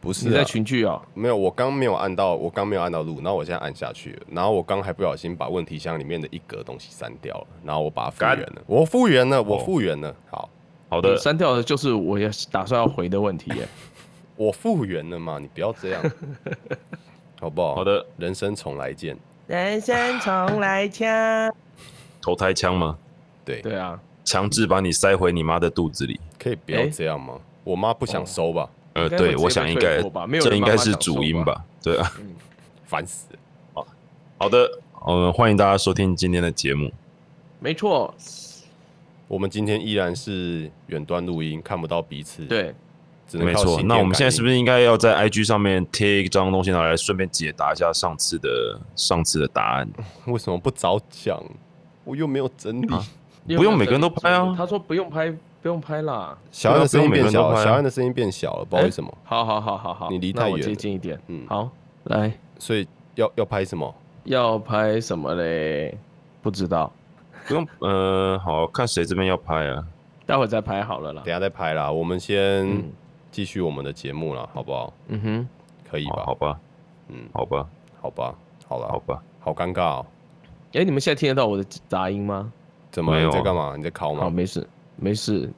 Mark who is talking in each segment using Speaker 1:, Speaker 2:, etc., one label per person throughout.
Speaker 1: 不是、啊、
Speaker 2: 你在群聚哦，
Speaker 1: 没有，我刚没有按到，我刚没有按到录，然后我现在按下去了，然后我刚还不小心把问题箱里面的一格东西删掉了，然后我把它复原了，我复原
Speaker 2: 哦
Speaker 1: 了，我复原了，好，
Speaker 3: 好的，
Speaker 2: 删掉的就是我也打算要回的问题耶。
Speaker 1: 我复原了嘛，你不要 这样，好不好？
Speaker 3: 好，的，
Speaker 1: 人生重来见，
Speaker 2: 人生重来枪，
Speaker 3: 投胎枪吗？
Speaker 1: 对，
Speaker 2: 对啊，
Speaker 3: 强制把你塞回你妈的肚子里。
Speaker 1: 可以不要这样吗？我妈不想收吧，
Speaker 3: 呃，
Speaker 2: 应该
Speaker 3: 对，
Speaker 2: 会
Speaker 3: 我
Speaker 2: 直接
Speaker 3: 想
Speaker 2: 被
Speaker 3: 应
Speaker 2: 退
Speaker 3: 该
Speaker 2: 货吧没有
Speaker 3: 这
Speaker 2: 人
Speaker 3: 应
Speaker 2: 妈
Speaker 3: 该
Speaker 2: 妈
Speaker 3: 是
Speaker 2: 想收
Speaker 3: 主因
Speaker 2: 吧
Speaker 3: 吧？对啊，
Speaker 1: 烦死了。
Speaker 3: 好的，我们欢迎大家收听今天的节目。
Speaker 2: 没错，
Speaker 1: 我们今天依然是远端录音，看不到彼此，，
Speaker 2: 对，
Speaker 1: 只能
Speaker 3: 没
Speaker 1: 靠
Speaker 3: 错，
Speaker 1: 心
Speaker 3: 那我
Speaker 1: 电
Speaker 3: 们
Speaker 1: 感
Speaker 3: 现在是
Speaker 1: 应
Speaker 3: 不是应该要在 IG 上面贴一张东西拿来，顺便解答一下上次的上次的答案？
Speaker 1: 为什么不早讲？我又没有整理。
Speaker 3: 啊
Speaker 2: 因为
Speaker 3: 不用
Speaker 2: 我
Speaker 3: 每个人都拍啊
Speaker 2: 他说不用拍，不用拍啦。
Speaker 1: 小安的声音变小
Speaker 3: 对啊不用每个人都
Speaker 1: 了，
Speaker 3: 拍啊
Speaker 1: 小安的声音变小了，不知道为什么。
Speaker 2: 好好好好好，
Speaker 1: 你离
Speaker 2: 那
Speaker 1: 太
Speaker 2: 我
Speaker 1: 远
Speaker 2: 接
Speaker 1: 了
Speaker 2: 近一点。
Speaker 1: 嗯，
Speaker 2: 好，来，
Speaker 1: 所以要要拍什么？
Speaker 2: 要拍什么嘞？不知道，
Speaker 3: 不用，呃，好看谁这边要拍啊？
Speaker 2: 待会再拍好了啦
Speaker 1: 等一。下再拍啦。我们先
Speaker 2: 嗯
Speaker 1: 继续我们的节目啦，好不好？
Speaker 2: 嗯哼，
Speaker 1: 可以
Speaker 3: 好
Speaker 1: 吧？
Speaker 3: 好吧，
Speaker 1: 嗯，
Speaker 3: 好吧，
Speaker 1: 好吧，好
Speaker 3: 好
Speaker 1: 了，
Speaker 3: 吧，
Speaker 1: 好尴尬哦。
Speaker 2: 哎，你们现在听得到我的杂音吗？
Speaker 1: 怎么
Speaker 3: 没
Speaker 1: 了
Speaker 3: 有
Speaker 1: 你
Speaker 3: 啊
Speaker 1: 在干嘛？你在考
Speaker 2: 好，
Speaker 1: 吗？
Speaker 2: 没事，没事。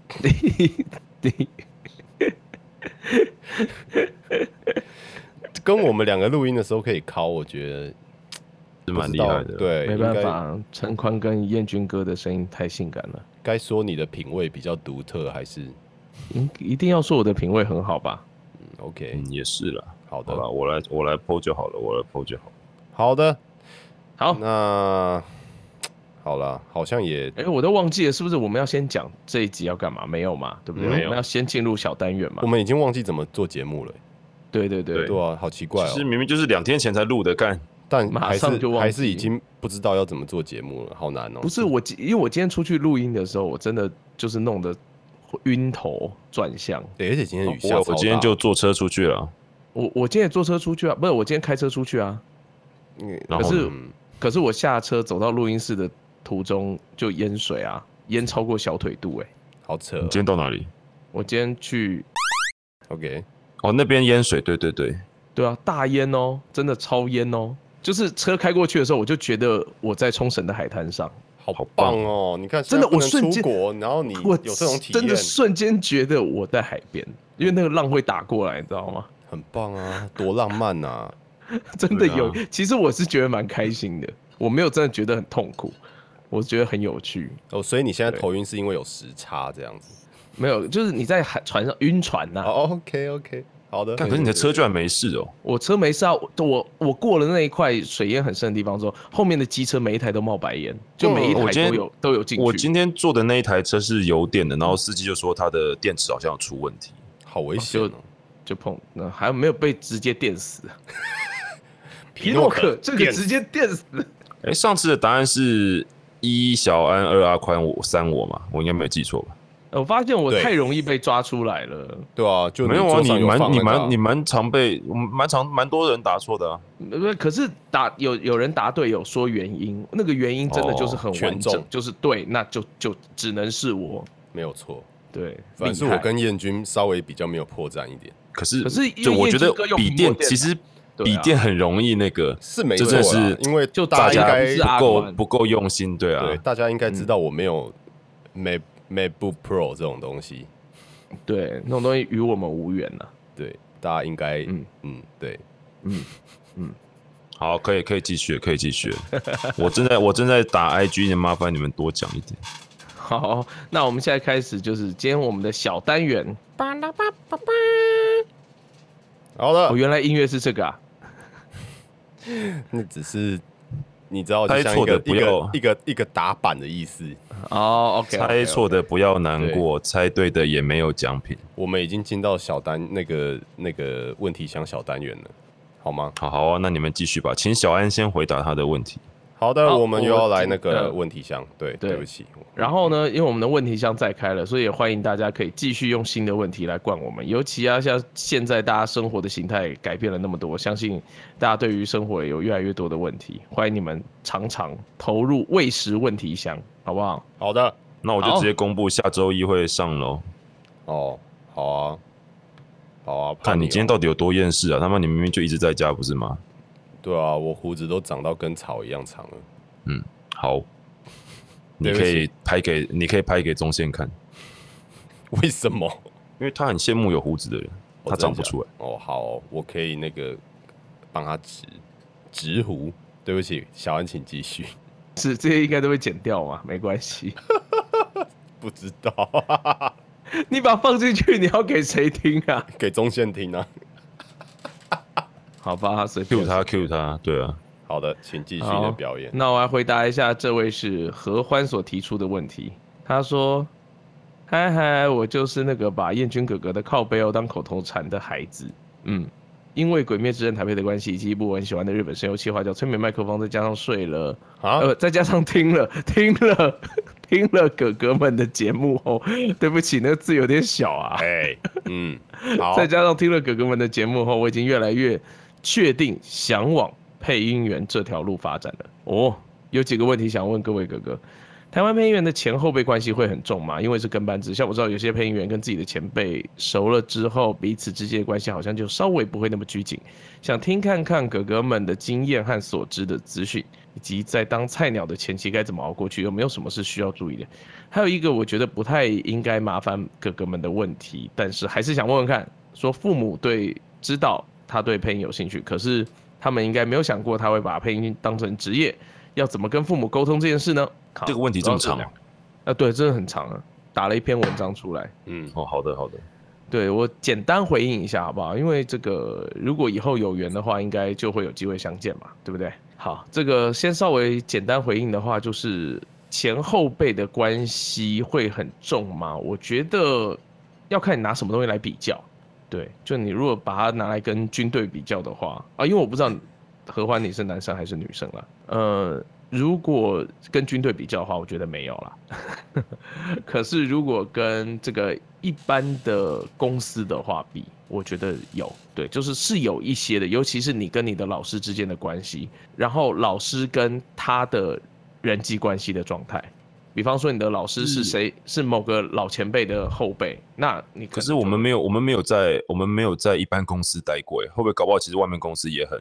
Speaker 1: 跟我们两个录音的时候可以考，我觉得
Speaker 3: 是
Speaker 1: 不
Speaker 3: 蛮
Speaker 1: 知
Speaker 3: 厉
Speaker 1: 道
Speaker 3: 害的。，
Speaker 1: 对，
Speaker 2: 没
Speaker 1: 应
Speaker 2: 办
Speaker 1: 该
Speaker 2: 法，陈宽跟燕军哥的声音太性感了，
Speaker 1: 该说你的品味比较独特，还是
Speaker 2: 一一定要说我的品味很好吧？
Speaker 1: 嗯 OK？
Speaker 3: 嗯，也是啦。
Speaker 1: 好
Speaker 3: 好
Speaker 1: 的，
Speaker 3: 了，我来我来 PO 就好了，我来 PO 就好了。
Speaker 1: 好的，
Speaker 2: 好，
Speaker 1: 那好了，好像也
Speaker 2: 哎，我都忘记了，是不是我们要先讲这一集要干嘛？没有嘛，对不对？
Speaker 1: 没
Speaker 2: 我
Speaker 3: 有
Speaker 2: 们要先进入小单元嘛
Speaker 1: 我？们已经忘记怎么做节目了欸。
Speaker 2: 对对对
Speaker 3: 对
Speaker 1: 对啊，好奇怪
Speaker 3: 其
Speaker 1: 哦
Speaker 3: 实。明明就是两天前才录的，干
Speaker 1: 但
Speaker 2: 马
Speaker 1: 还
Speaker 2: 上
Speaker 1: 是
Speaker 2: 就忘
Speaker 1: 还是已
Speaker 2: 记
Speaker 1: 经不知道要怎么做节目了，好难哦。
Speaker 2: 不是我今，因为我今天出去录音的时候，我真的就是弄得晕头转向。
Speaker 1: 对，而且今天雨下
Speaker 3: 哦我
Speaker 1: 超
Speaker 3: 我今天
Speaker 1: 大
Speaker 3: 就坐车出去了，啊
Speaker 2: 我我今天也坐车出去啊，不是我今天开车出去啊。
Speaker 1: 嗯
Speaker 3: 然
Speaker 2: 可
Speaker 3: 后
Speaker 2: 是
Speaker 3: 呢
Speaker 1: 嗯
Speaker 2: 可是我下车走到录音室的途中就淹水啊，淹超过小腿肚哎、
Speaker 1: 好扯
Speaker 3: 你今天到哪里？
Speaker 2: 我今天去，
Speaker 1: ，OK，
Speaker 3: 哦，那边淹水，对对对，
Speaker 2: 对啊，大淹哦，真的超淹哦。就是车开过去的时候，我就觉得我在冲绳的海滩上，
Speaker 1: 好
Speaker 3: 好棒
Speaker 1: 棒哦！你看，
Speaker 2: 真的
Speaker 1: 现在不
Speaker 2: 我
Speaker 1: 能
Speaker 2: 瞬
Speaker 1: 出
Speaker 2: 间
Speaker 1: 国，然后你
Speaker 2: 我
Speaker 1: 有这种体
Speaker 2: 真的
Speaker 1: 验，
Speaker 2: 瞬间觉得我在海边，因为那个浪会打过来，你知道吗？
Speaker 1: 很棒啊，多浪漫呐！
Speaker 2: 真的有，
Speaker 3: 对
Speaker 2: 其实我是觉得蛮开心的，我没有真的觉得很痛苦，我觉得很有趣。
Speaker 1: 哦，所以你现在
Speaker 2: 对
Speaker 1: 头晕是因为有时差这样子。
Speaker 2: 没有，就是你在海船上晕船啊呐、
Speaker 1: 哦，OK OK，好的。
Speaker 3: 干可是你的车居然没事哦，
Speaker 2: 我车没事啊，我我我过了那一块水淹很深的地方之后，后面的机车每一台都冒白烟，就每一
Speaker 3: 嗯我今
Speaker 2: 台
Speaker 3: 天
Speaker 2: 都有、都有进去。
Speaker 3: 我今天坐的那一台车是油电的，然后司机就说他的电池好像有出问题。
Speaker 1: 好危险
Speaker 3: 啊
Speaker 2: 就
Speaker 1: 哦！
Speaker 2: 就碰，那还没有被直接电死。皮
Speaker 1: 诺
Speaker 2: 诺
Speaker 1: 可
Speaker 2: 可这个
Speaker 1: 电
Speaker 2: 直接电死，
Speaker 3: 哎，上次的答案是一小安二阿宽我三我嘛，我应该没有记错吧？
Speaker 2: 我发现我
Speaker 1: 对
Speaker 2: 太容易被抓出来了。
Speaker 1: 对啊，就
Speaker 3: 没有啊，
Speaker 1: 桌上
Speaker 3: 你
Speaker 1: 有放
Speaker 3: 蛮你
Speaker 1: 那个啊
Speaker 3: 蛮你蛮常被嗯蛮常蛮多人答错的啊。
Speaker 2: 呃可是答有有人答对，有说原因，那个原因真的就是很
Speaker 1: 哦
Speaker 2: 完
Speaker 1: 全
Speaker 2: 整，
Speaker 1: 中
Speaker 2: 就是对，那就就只能是我
Speaker 1: 没有错，
Speaker 2: 对。
Speaker 1: 反正是
Speaker 2: 厉
Speaker 1: 我
Speaker 2: 害
Speaker 1: 跟燕君稍微比较没有破绽一点，
Speaker 3: 可是
Speaker 2: 可是因为
Speaker 3: 就我觉得
Speaker 2: 燕京哥用
Speaker 3: 笔
Speaker 2: 苹
Speaker 3: 电
Speaker 2: 果电脑
Speaker 3: 其实
Speaker 2: 对
Speaker 3: 笔
Speaker 2: 啊
Speaker 3: 电很容易那个，
Speaker 1: 是没
Speaker 3: 这
Speaker 1: 错
Speaker 3: 真的
Speaker 1: 啦
Speaker 3: 是，
Speaker 1: 因为
Speaker 2: 就
Speaker 1: 大
Speaker 2: 大
Speaker 1: 家
Speaker 2: 家
Speaker 1: 应
Speaker 2: 不
Speaker 1: 该
Speaker 2: 是啊阿
Speaker 3: 不够
Speaker 2: 宽
Speaker 3: 不够用心，对啊
Speaker 1: 对，大家应该知道我没有 Mac MacBook Pro 这种东西，
Speaker 2: 对那种东西与我们无缘呐、
Speaker 1: 对，大家应该嗯
Speaker 2: 嗯
Speaker 1: 对，
Speaker 3: 好，可以可以继续，可以继续。我正在 我正在打 IG，你麻烦你们多讲一点。
Speaker 2: 好，那我们现在开始，就是今天我们的小单元。
Speaker 1: 好的
Speaker 2: 哦，，原来音乐是这个啊！
Speaker 1: 那只是你知道，就
Speaker 3: 猜
Speaker 1: 像一
Speaker 3: 错
Speaker 1: 个
Speaker 3: 的
Speaker 1: 一
Speaker 3: 不要
Speaker 1: 个一个一个打板的意思。
Speaker 2: 哦，OK，,
Speaker 3: 猜错的不要难过，猜对的也没有奖品。
Speaker 1: 我们已经进到小单那个那个问题箱小单元了，好吗？
Speaker 3: 好好啊，那你们继续吧，请小安先回答他的问题。
Speaker 1: 好的，
Speaker 2: 好
Speaker 1: 我们又要来那个
Speaker 2: 我
Speaker 1: 问题箱，对，
Speaker 2: 对
Speaker 1: 对不起，
Speaker 2: 然后呢，因为我们的问题箱再开了，所以也欢迎大家可以继续用新的问题来灌我们。尤其啊，像现在大家生活的形态改变了那么多，相信大家对于生活也有越来越多的问题。欢迎你们常常投入喂食问题箱，好不好？
Speaker 1: 好的，
Speaker 3: 那我就
Speaker 2: 好
Speaker 3: 直接公布下周一会上楼，
Speaker 1: 哦，好啊，好啊，怕
Speaker 3: 看你
Speaker 1: 哦
Speaker 3: 今天到底有多厌世啊！他妈，你明明就一直在家，不是吗？
Speaker 1: 对啊，我胡子都长到跟草一样长了，
Speaker 3: 好，你
Speaker 1: 对不
Speaker 3: 可以拍给你可以拍给宗宪看，
Speaker 1: 为什么？
Speaker 3: 因为他很羡慕有胡子的人，
Speaker 1: 哦
Speaker 3: 他长
Speaker 1: 真的
Speaker 3: 不
Speaker 1: 假
Speaker 3: 出来。
Speaker 1: 的哦，好哦我可以那个帮他植植胡。对不起，小安，请继续。
Speaker 2: 是这些应该都会剪掉嘛，没关系。
Speaker 1: 不知道，
Speaker 2: 你把它放进去，你要给谁听啊？
Speaker 1: 给中线听啊。
Speaker 2: 好吧，随便
Speaker 3: Q。他 Q 他，对啊，
Speaker 1: 好的，请继续你
Speaker 2: 好
Speaker 1: 的表
Speaker 3: 嗯
Speaker 1: 演。
Speaker 2: 那我来回答一下这位是何欢所提出的问题。他说：“嗨嗨，我就是那个把燕君哥哥的靠背哦当口头禅的孩子。嗯，因为《鬼灭之刃》台配的关系，以及一部我很喜欢的日本声优企划叫《催眠麦克风》，再加上睡了，
Speaker 1: 啊，
Speaker 2: 呃，再加上听了 听了听了哥哥们的节目后，对不起，那个字有点小啊。”
Speaker 1: 哎， 嗯，好，
Speaker 2: 再加上听了哥哥们的节目后，我已经越来越确定想往配音员这条路发展了。哦，有几个问题想问各位哥哥：台湾配音员的前后辈关系会很重吗？因为是跟班制，像我知道有些配音员跟自己的前辈熟了之后，彼此之间的关系好像就稍微不会那么拘谨。想听看看哥哥们的经验和所知的资讯，以及在当菜鸟的前期该怎么熬过去，有没有什么是需要注意的？还有一个我觉得不太应该麻烦哥哥们的问题，但是还是想问问看，说父母对知道他对配音有兴趣，可是他们应该没有想过他会把配音当成职业，要怎么跟父母沟通这件事呢？好
Speaker 3: 这个问题这么长
Speaker 2: 主要
Speaker 3: 啊
Speaker 2: 是两啊，对，真的很长啊，打了一篇文章出来。
Speaker 1: 嗯，
Speaker 3: 哦，好的好的，
Speaker 2: 对我简单回应一下好不好？因为这个如果以后有缘的话，应该就会有机会相见嘛，对不对？好，这个先稍微简单回应的话，就是前后辈的关系会很重吗？我觉得要看你拿什么东西来比较。对，就你如果把它拿来跟军队比较的话啊，因为我不知道合欢你是男生还是女生啦。呃，如果跟军队比较的话，我觉得没有啦。 可是如果跟这个一般的公司的话比，我觉得有，对，就是是有一些的，尤其是你跟你的老师之间的关系，然后老师跟他的人际关系的状态。比方说，你的老师是谁？是某个老前辈的后辈，那你
Speaker 3: 可
Speaker 2: 能
Speaker 3: 是我
Speaker 2: 就
Speaker 3: 们没有我们没有在我们没有在一般公司待过耶，会不会搞不好其实外面公司也很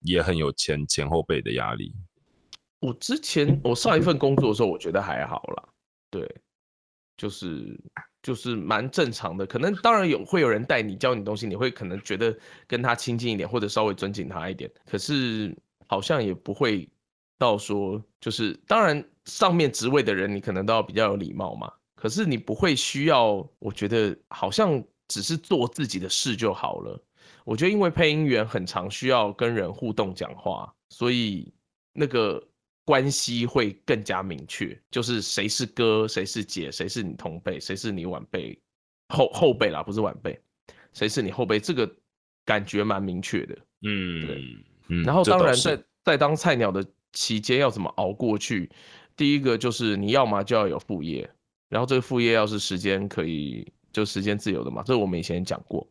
Speaker 3: 也很有前前后辈的压力？
Speaker 2: 我之前我上一份工作的时候，我觉得还好啦，对，就是就是蛮正常的。可能当然有会有人带你教你东西，你会可能觉得跟他亲近一点，或者稍微尊敬他一点。可是好像也不会到说，就是当然上面职位的人，你可能都要比较有礼貌嘛。可是你不会需要，我觉得好像只是做自己的事就好了。我觉得因为配音员很常需要跟人互动讲话，所以那个关系会更加明确，就是谁是哥，谁是姐，谁是你同辈，谁是你晚辈后后辈啦，不是晚辈，谁是你后辈，这个感觉蛮明确的。
Speaker 3: 嗯嗯，
Speaker 2: 然后
Speaker 3: 这
Speaker 2: 当
Speaker 3: 倒
Speaker 2: 然
Speaker 3: 是
Speaker 2: 在在当菜鸟的期间要怎么熬过去，第一个就是你要么就要有副业，然后这个副业要是时间可以就时间自由的嘛，这我们以前也讲过，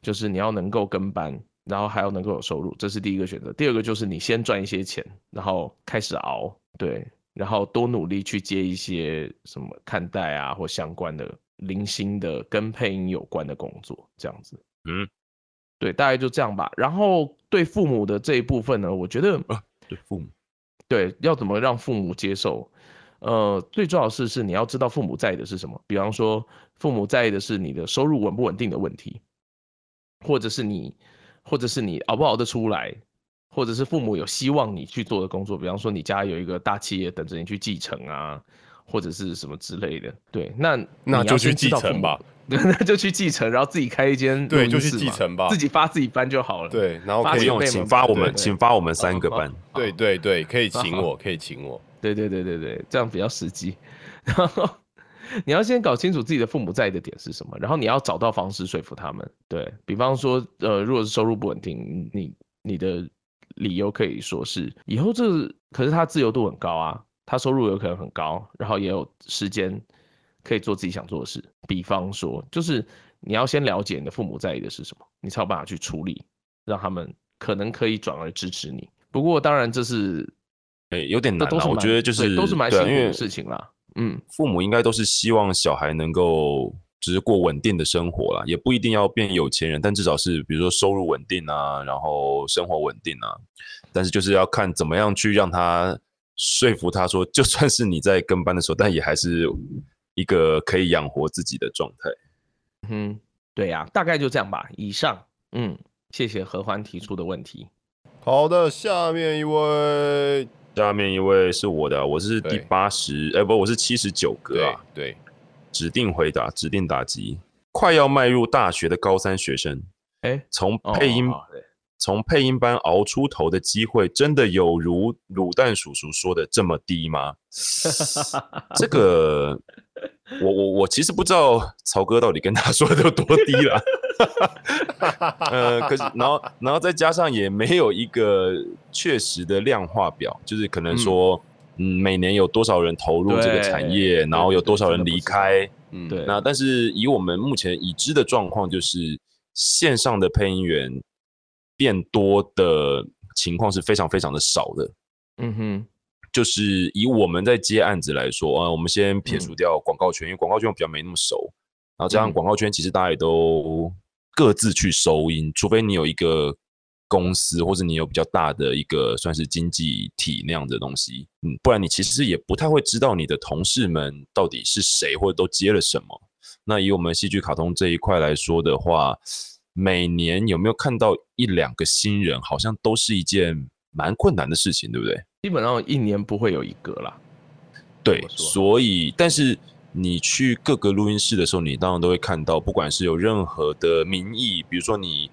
Speaker 2: 就是你要能够跟班，然后还要能够有收入，这是第一个选择。第二个就是你先赚一些钱，然后开始熬，对，然后多努力去接一些什么看待啊或相关的零星的跟配音有关的工作，这样子。
Speaker 3: 嗯，
Speaker 2: 对，大概就这样吧。然后对父母的这一部分呢，我觉得
Speaker 3: 对父母
Speaker 2: 对，要怎么让父母接受？呃，最重要的是是你要知道父母在意的是什么。比方说，父母在意的是你的收入稳不稳定的问题，或者是你，或者是你熬不熬得出来，或者是父母有希望你去做的工作。比方说，你家有一个大企业等着你去继承啊，或者是什么之类的。对，那
Speaker 1: 那
Speaker 2: 你
Speaker 1: 就
Speaker 2: 要
Speaker 1: 去
Speaker 2: 先知
Speaker 1: 继
Speaker 2: 道父
Speaker 1: 承
Speaker 2: 母
Speaker 1: 吧。。
Speaker 2: 那就去继承，然后自己开一间
Speaker 1: 对
Speaker 2: 录音
Speaker 1: 就去
Speaker 2: 室
Speaker 1: 继
Speaker 2: 嘛
Speaker 1: 承吧
Speaker 2: 自己发自己搬就好了。
Speaker 1: 对，然后
Speaker 2: 发
Speaker 1: 可
Speaker 3: 不
Speaker 1: 以
Speaker 2: 现
Speaker 3: 用，
Speaker 2: 辈
Speaker 3: 请
Speaker 2: 们
Speaker 3: 发我
Speaker 2: 对哦
Speaker 3: 们，请发我们三个
Speaker 2: 好
Speaker 3: 班。
Speaker 1: 对对对，可以请
Speaker 2: 好
Speaker 1: 我，可以请我。
Speaker 2: 对对对对对，这样比较实际。 然后你要先搞清楚自己的父母在意的点是什么，然后你要找到方式说服他们。对比方说，呃，如果是收入不稳定，你你的理由可以说是，以后这可是他自由度很高啊，他收入有可能很高，然后也有时间可以做自己想做的事。比方说，就是你要先了解你的父母在意的是什么，你才有办法去处理，让他们可能可以转而支持你。不过当然这是
Speaker 3: 哎、有点
Speaker 2: 这
Speaker 3: 难
Speaker 2: 都
Speaker 3: 啦。
Speaker 2: 是
Speaker 3: 我
Speaker 2: 蛮
Speaker 3: 觉得就
Speaker 2: 对
Speaker 3: 是
Speaker 2: 都是蛮
Speaker 3: 对
Speaker 2: 辛
Speaker 3: 啊
Speaker 2: 苦
Speaker 3: 因为
Speaker 2: 的事情啦。嗯，
Speaker 3: 父母应该都是希望小孩能够就是过稳定的生活啦，也不一定要变有钱人，但至少是比如说收入稳定啊，然后生活稳定啊。但是就是要看怎么样去让他说服他说，就算是你在跟班的时候，但也还是一个可以养活自己的状态。
Speaker 2: 嗯，对呀、大概就这样吧。以上，嗯，谢谢何欢提出的问题。
Speaker 1: 好的，下面一位，
Speaker 3: 下面一位是我的啊，我是第
Speaker 1: 对
Speaker 3: 八十，哎不，我是七十九个
Speaker 1: 对
Speaker 3: 啊。
Speaker 1: 对，
Speaker 3: 指定回答，指定打击。快要迈入大学的高三学生，
Speaker 2: 哎，
Speaker 3: 从
Speaker 2: 哦
Speaker 3: 配音
Speaker 2: 好对
Speaker 3: 从配音班熬出头的机会，真的有如卤蛋叔叔说的这么 低吗？这个，我我我其实不知道曹哥到底跟他说 的有多低了。呃，可是然后然后再加上也没有一个确实的量化表，就是可能说，嗯，每年有多少人投入这个产
Speaker 2: 对
Speaker 3: 业，然后有
Speaker 2: 对对
Speaker 3: 多少
Speaker 2: 真
Speaker 3: 人
Speaker 2: 的不
Speaker 3: 离
Speaker 2: 知道
Speaker 3: 开。
Speaker 1: 嗯，
Speaker 2: 对
Speaker 3: 那但是以我们目前已知的状况，就是线上的配音员变多的情况是非常非常的少的。
Speaker 2: 嗯哼，
Speaker 3: 就是以我们在接案子来说，呃，我们先撇除掉广告圈，因为广告圈我比较没那么熟，然后加上
Speaker 2: 嗯
Speaker 3: 广告圈其实大家也都各自去收音，除非你有一个公司或者你有比较大的一个算是经济体那样的东西，嗯，不然你其实也不太会知道你的同事们到底是谁或者都接了什么。那以我们戏剧卡通这一块来说的话，每年有没有看到一两个新人，好像都是一件蛮困难的事情，对不对？
Speaker 2: 基本上一年不会有一个啦。
Speaker 3: 对
Speaker 2: 么，说
Speaker 3: 所以但是你去各个录音室的时候，你当然都会看到，不管是有任何的名义，比如说你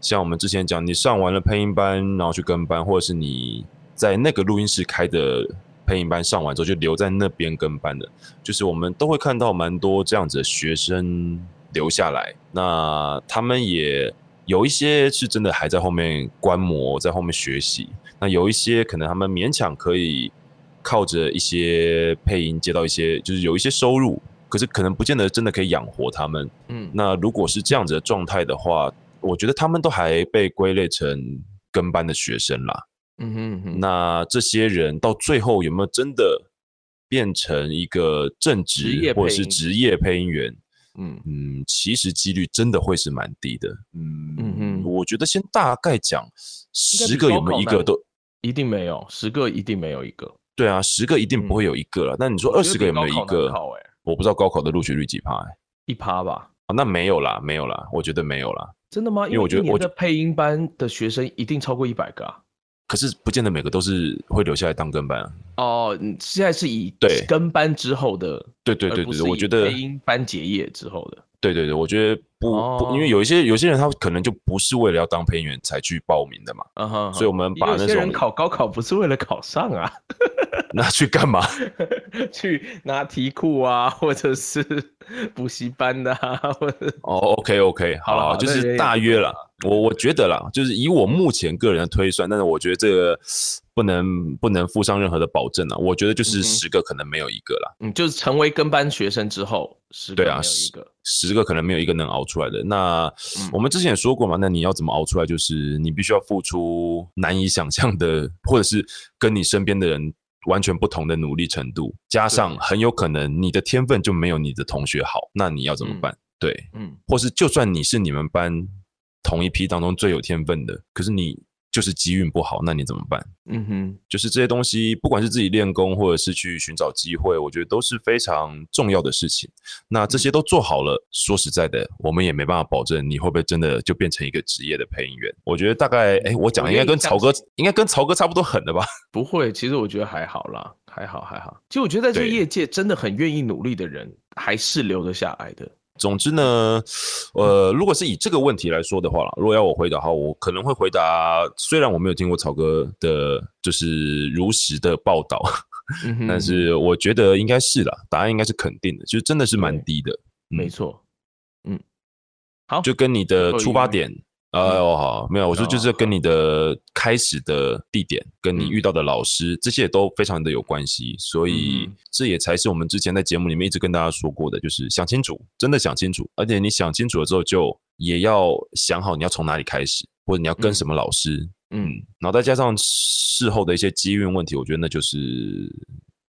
Speaker 3: 像我们之前讲，你上完了配音班，然后去跟班，或者是你在那个录音室开的配音班上完之后，就留在那边跟班的，就是我们都会看到蛮多这样子的学生留下来，那他们也。有一些是真的还在后面观摩，在后面学习，那有一些可能他们勉强可以靠着一些配音接到一些，就是有一些收入，可是可能不见得真的可以养活他们。
Speaker 2: 嗯，
Speaker 3: 那如果是这样子的状态的话，我觉得他们都还被归类成跟班的学生啦。
Speaker 2: 嗯哼嗯哼，
Speaker 3: 那这些人到最后有没有真的变成一个正
Speaker 2: 职业
Speaker 3: 职或者
Speaker 2: 配
Speaker 3: 是
Speaker 2: 音
Speaker 3: 职业配音员？
Speaker 2: 嗯
Speaker 3: 嗯，其实几率真的会是蛮低的。嗯
Speaker 2: 嗯哼
Speaker 3: 我觉得先大概讲十个有没有一
Speaker 2: 高考
Speaker 3: 个
Speaker 2: 难
Speaker 3: 都
Speaker 2: 一定没有，十个一定没有一个。
Speaker 3: 对啊，十个一定
Speaker 2: 嗯
Speaker 3: 不会有一个了。那你说二十个有没有一个？
Speaker 2: 好哎，
Speaker 3: 我不知道高考的录取率几趴、欸
Speaker 2: 一趴吧？
Speaker 3: 啊那没有啦，没有啦，我觉得没有啦。
Speaker 2: 真的吗？
Speaker 3: 因为我觉得
Speaker 2: 一年
Speaker 3: 我
Speaker 2: 的配音班的学生一定超过一百个啊。
Speaker 3: 可是不见得每个都是会留下来当跟班、啊。
Speaker 2: 哦，你现在是以
Speaker 3: 对
Speaker 2: 跟班之后的，
Speaker 3: 对对
Speaker 2: 而
Speaker 3: 对
Speaker 2: 呃不
Speaker 3: 对，
Speaker 2: 是
Speaker 3: 对我
Speaker 2: 以
Speaker 3: 觉得
Speaker 2: 配音班结业之后的。
Speaker 3: 对对对，我觉得不、不，
Speaker 2: 哦
Speaker 3: 因为有一些有些人他可能就不是为了要当配音员才去报名的嘛，
Speaker 2: 嗯哼，
Speaker 3: 所以我们把
Speaker 2: 有
Speaker 3: 那
Speaker 2: 些人
Speaker 3: 种
Speaker 2: 考高考不是为了考上啊。
Speaker 3: 那去干嘛？
Speaker 2: 去拿题库啊，或者是补习班的啊，或者
Speaker 3: 哦，OK OK，
Speaker 2: 好
Speaker 3: 好
Speaker 2: 了
Speaker 3: 了，
Speaker 2: 好
Speaker 3: 就
Speaker 2: 那有
Speaker 3: 是
Speaker 2: 点
Speaker 3: 大
Speaker 2: 多
Speaker 3: 约
Speaker 2: 了
Speaker 3: 啦。我我觉得啦，就是以我目前个人的推算，但是我觉得这个不能不能附上任何的保证啊。我觉得就
Speaker 2: 嗯
Speaker 3: 是
Speaker 2: 哼
Speaker 3: 十个可能没有一个啦，
Speaker 2: 嗯，就是成为跟班学生之后，十个
Speaker 3: 对
Speaker 2: 没
Speaker 3: 啊
Speaker 2: 有一
Speaker 3: 是
Speaker 2: 个，
Speaker 3: 十个可能没有一个能熬出来的。那
Speaker 2: 嗯
Speaker 3: 我们之前也说过嘛，那你要怎么熬出来？就是你必须要付出难以想象的，或者是跟你身边的人完全不同的努力程度，加上
Speaker 2: 对
Speaker 3: 很有可能你的天分就没有你的同学好，那你要怎么
Speaker 2: 嗯
Speaker 3: 办？对，
Speaker 2: 嗯，
Speaker 3: 或是就算你是你们班同一批当中最有天分的，可是你就是机运不好，那你怎么办？
Speaker 2: 嗯哼，
Speaker 3: 就是这些东西，不管是自己练功，或者是去寻找机会，我觉得都是非常重要的事情。那这些
Speaker 2: 嗯
Speaker 3: 都做好了，说实在的，我们也没办法保证你会不会真的就变成一个职业的配音员。我觉得大概，哎，我讲
Speaker 2: 嗯我
Speaker 3: 应
Speaker 2: 愿
Speaker 3: 该
Speaker 2: 意
Speaker 3: 跟
Speaker 2: 相
Speaker 3: 曹哥，应该跟曹哥差不多狠的吧？
Speaker 2: 不会，其实我觉得还好啦，还好还好。其实我觉得在这
Speaker 3: 对
Speaker 2: 业界真的很愿意努力的人，还是留得下来的。
Speaker 3: 总之呢，呃，如果是以这个问题来说的话啦，如果要我回答的话，我可能会回答，虽然我没有听过曹哥的，就是如实的报道，
Speaker 2: 嗯哼，
Speaker 3: 但是我觉得应该是啦，答案应该是肯定的，就是真的是蛮低的，
Speaker 2: 没错，嗯，好，
Speaker 3: 就跟你的
Speaker 2: 最后一
Speaker 3: 出发
Speaker 2: 位
Speaker 3: 点，哎哦好，没有，我说就是跟你的开始的地点，跟你遇到的老师，这些也都非常的有关系，所以
Speaker 2: 嗯
Speaker 3: 这也才是我们之前在节目里面一直跟大家说过的，就是想清楚，真的想清楚，而且你想清楚了之后，就也要想好你要从哪里开始，或者你要跟什么老师，嗯，
Speaker 2: 嗯，
Speaker 3: 然后再加上事后的一些机运问题，我觉得那就是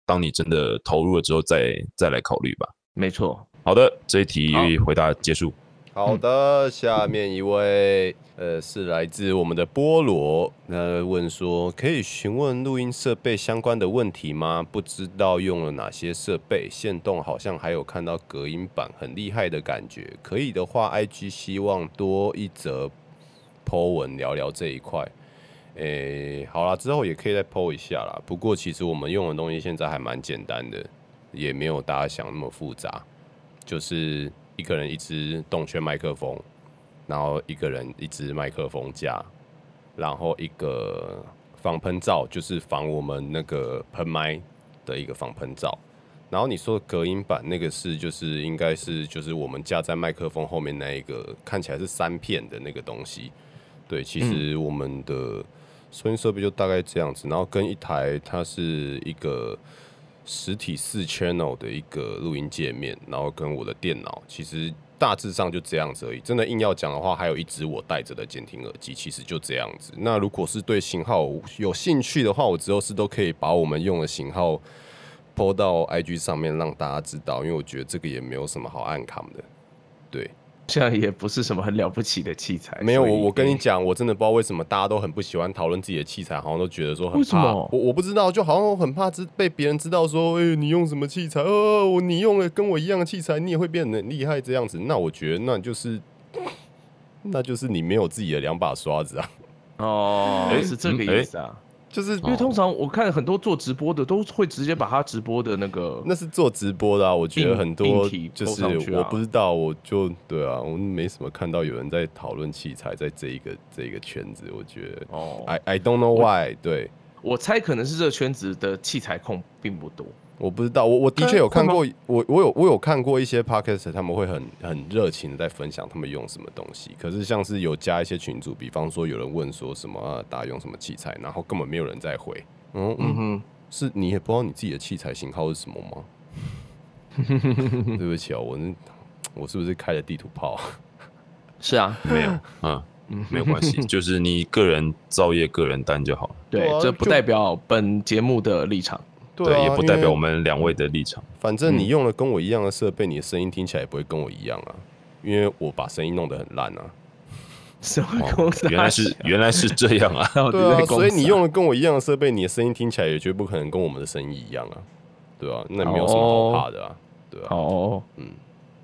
Speaker 3: 当你真的投入了之后再，再来考虑吧。
Speaker 2: 没错，
Speaker 3: 好的，这一题
Speaker 2: 好
Speaker 3: 回答结束。
Speaker 1: 好的，下面一位，呃，是来自我们的菠萝，那问说，可以询问录音设备相关的问题吗？不知道用了哪些设备，线动好像还有看到隔音板很厉害的感觉，可以的话，IG 希望多一则 Po 文聊聊这一块。诶、好啦，之后也可以再 Po 一下啦。不过其实我们用的东西现在还蛮简单的，也没有大家想那么复杂。就是一个人一支动圈麦克风，然后一个人一支麦克风架，然后一个防喷罩，就是防我们那个喷麦的一个防喷罩。然后你说的隔音板那个是就是应该是就是我们架在麦克风后面那一个看起来是三片的那个东西。对，其实我们的收音设备就大概这样子，然后跟一台它是一个实体四 channel 的一个录音界面，然后跟我的电脑，其实大致上就这样子而已。真的硬要讲的话，还有一只我戴着的监听耳机，其实就这样子。那如果是对型号有兴趣的话，我之后是都可以把我们用的型号 PO 到 IG 上面让大家知道，因为我觉得这个也没有什么好暗扛的。对，
Speaker 2: 这样也不是什么很了不起的器材。
Speaker 1: 没有
Speaker 2: 哎所以
Speaker 1: 我，我跟你，讲，我真的不知道为什么大家都很不喜欢讨论自己的器材，好像都觉得说很
Speaker 2: 为什
Speaker 1: 怕。
Speaker 2: 么
Speaker 1: 我我不知道，就好像我很怕知被别人知道说，哎、你用什么器材？哦，我你用了跟我一样的器材，你也会变得很厉害这样子。那我觉得那就是，那就是你没有自己的两把刷子啊。
Speaker 2: 哦，
Speaker 3: 诶
Speaker 2: 是这个
Speaker 3: 哎
Speaker 2: 意思啊。
Speaker 1: 就是
Speaker 2: 因为通常我看很多做直播的都会直接把他直播的那个，
Speaker 1: 那是做直播的啊，我觉得
Speaker 2: 硬
Speaker 1: 很多
Speaker 2: 硬体
Speaker 1: 就
Speaker 2: 投
Speaker 1: 是
Speaker 2: 上去啊
Speaker 1: 我不知道，我就对啊，我没什么看到有人在讨论器材在这一个这一个圈子，我觉得
Speaker 2: 哦，
Speaker 3: 哎
Speaker 1: I I don't know why，对。
Speaker 2: 我猜可能是这个圈子的器材控并不多。
Speaker 1: 我不知道，我我的确
Speaker 2: 嗯
Speaker 1: 有看
Speaker 3: 看
Speaker 1: 过，我我有我有看过一些 podcast，他们会很很热情的在分享他们用什么东西。可是像是有加一些群组，比方说有人问说什么、啊、大家用什么器材，然后根本没有人在回。嗯
Speaker 2: 嗯
Speaker 1: 嗯，
Speaker 2: 哼，
Speaker 1: 是你也不知道你自己的器材型号是什么吗？ 对不起哦，我是我是不是开了地图 炮？啊
Speaker 2: 是啊，
Speaker 3: 没有，嗯，没有关系，就是你个人造业，个人担就好了。
Speaker 2: 对
Speaker 1: 对啊，
Speaker 2: 这不
Speaker 1: 就
Speaker 2: 代表本节目的立场。
Speaker 1: 啊
Speaker 3: 对，也不代表我
Speaker 1: 们。
Speaker 3: 们两位的立场。
Speaker 1: 反正
Speaker 2: 嗯
Speaker 1: 你用了跟我一样的设备，你的声音听起来也不会跟我一样啊，因为我把声音弄得很烂啊。
Speaker 2: 什么公
Speaker 3: 哦
Speaker 2: 司啊？！
Speaker 3: 原来是原来是这样啊
Speaker 2: 到底
Speaker 1: 对啊
Speaker 2: 在，公司
Speaker 1: 所以你用了跟我一样的设备，你的声音听起来也绝不可能跟我们的声音一样啊，对啊，那没有什么好怕的啊，对啊，
Speaker 2: 哦。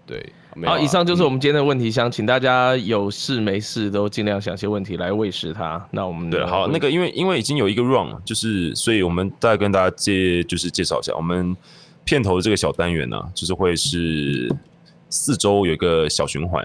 Speaker 1: 对，没有
Speaker 2: 好，
Speaker 1: 啊
Speaker 2: 以上就是我
Speaker 1: 嗯
Speaker 2: 们今天的问题箱，请大家有事没事都尽量想些问题来喂食它。那我们
Speaker 3: 对，好，那个因为因为已经有一个 round，就是所以我们大概跟大家介就是介绍一下，我们片头的这个小单元呢、就是会是四周有一个小循环，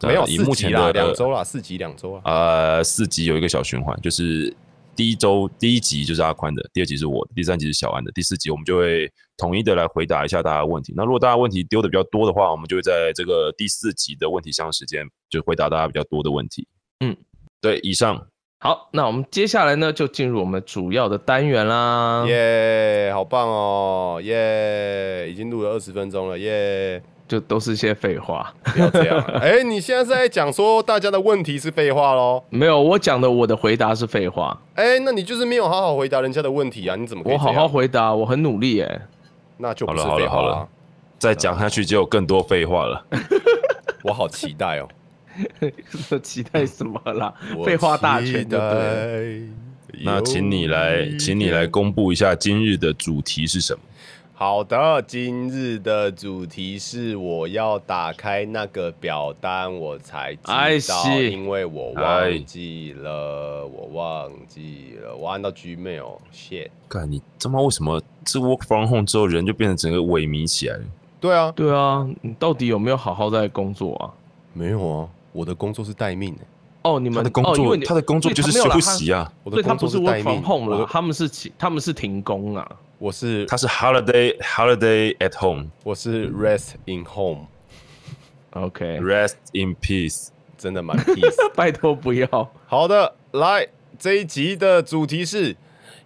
Speaker 3: 呃
Speaker 1: 没有
Speaker 3: 以
Speaker 1: 四
Speaker 3: 目
Speaker 1: 集
Speaker 3: 前
Speaker 1: 啦，
Speaker 3: 的
Speaker 1: 两周啦，四集两周啊，
Speaker 3: 呃，四集有一个小循环，就是第一周第一集就是阿宽的，第二集是我的，第三集是小安的，第四集我们就会统一的来回答一下大家的问题。那如果大家问题丢的比较多的话，我们就会在这个第四集的问题箱时间就回答大家比较多的问题。
Speaker 2: 嗯，
Speaker 3: 对，以上
Speaker 2: 好，那我们接下来呢就进入我们主要的单元啦。
Speaker 1: 耶，好棒哦，耶，已经录了二十分钟了，耶，
Speaker 2: 就都是一些废话。
Speaker 1: 不要这样啊， 哎，你现在是在讲说大家的问题是废话喽？
Speaker 2: 没有，我讲的我的回答是废话。
Speaker 1: 哎，那你就是没有好好回答人家的问题啊，你怎么可以
Speaker 2: 我
Speaker 1: 这
Speaker 2: 好
Speaker 1: 样
Speaker 2: 好，回答，我很努力 耶。
Speaker 1: 那就不是
Speaker 3: 好了好
Speaker 1: 废
Speaker 3: 了
Speaker 1: 话啊
Speaker 3: 好
Speaker 1: 了
Speaker 3: 了，再讲下去就有更多废话
Speaker 2: 哎
Speaker 3: 了。
Speaker 1: 我好期待哦，
Speaker 2: 期待什么 啦
Speaker 1: 我？
Speaker 2: 废话大
Speaker 1: 期
Speaker 2: 全就对了。
Speaker 1: 待
Speaker 3: 那请你
Speaker 1: 有
Speaker 2: 哎
Speaker 3: 来
Speaker 1: 一，
Speaker 3: 请你来
Speaker 1: 天
Speaker 3: 公布一下今日的主题是什么？
Speaker 1: 好的，今日的主题是我要打开那个表单，我才知
Speaker 2: 哎
Speaker 1: 道，
Speaker 2: 是
Speaker 1: 因为我忘记了，我忘记了，我按到 Gmail，shit。
Speaker 3: 看你他妈为什么这 work from home 之后人就变成整个萎靡起来了？
Speaker 1: 对啊，
Speaker 2: 对啊，你到底有没有好好在工作啊？
Speaker 1: 没有啊，我的工作是待命的、欸
Speaker 2: 哦，你
Speaker 3: 他
Speaker 2: 们
Speaker 3: 的工
Speaker 2: 哦因
Speaker 3: 作，
Speaker 2: 为你
Speaker 3: 他的工作
Speaker 2: 对
Speaker 3: 就是
Speaker 2: 他没有
Speaker 3: 休
Speaker 2: 啦他
Speaker 3: 息啊。
Speaker 1: 我
Speaker 2: 所
Speaker 1: 的
Speaker 2: 以他
Speaker 1: 工
Speaker 2: 不
Speaker 1: 作
Speaker 2: 是
Speaker 1: 待命
Speaker 2: work from，home
Speaker 1: 我
Speaker 2: 了，
Speaker 1: 的
Speaker 2: 他们是起他们是停工啊。
Speaker 1: 我是
Speaker 3: 他是 holiday holiday at home
Speaker 1: 我是 rest in home，
Speaker 2: OK，
Speaker 3: rest in peace。
Speaker 1: 真的蛮 peace。
Speaker 2: 拜托不要。
Speaker 1: 好的，来这一集的主题是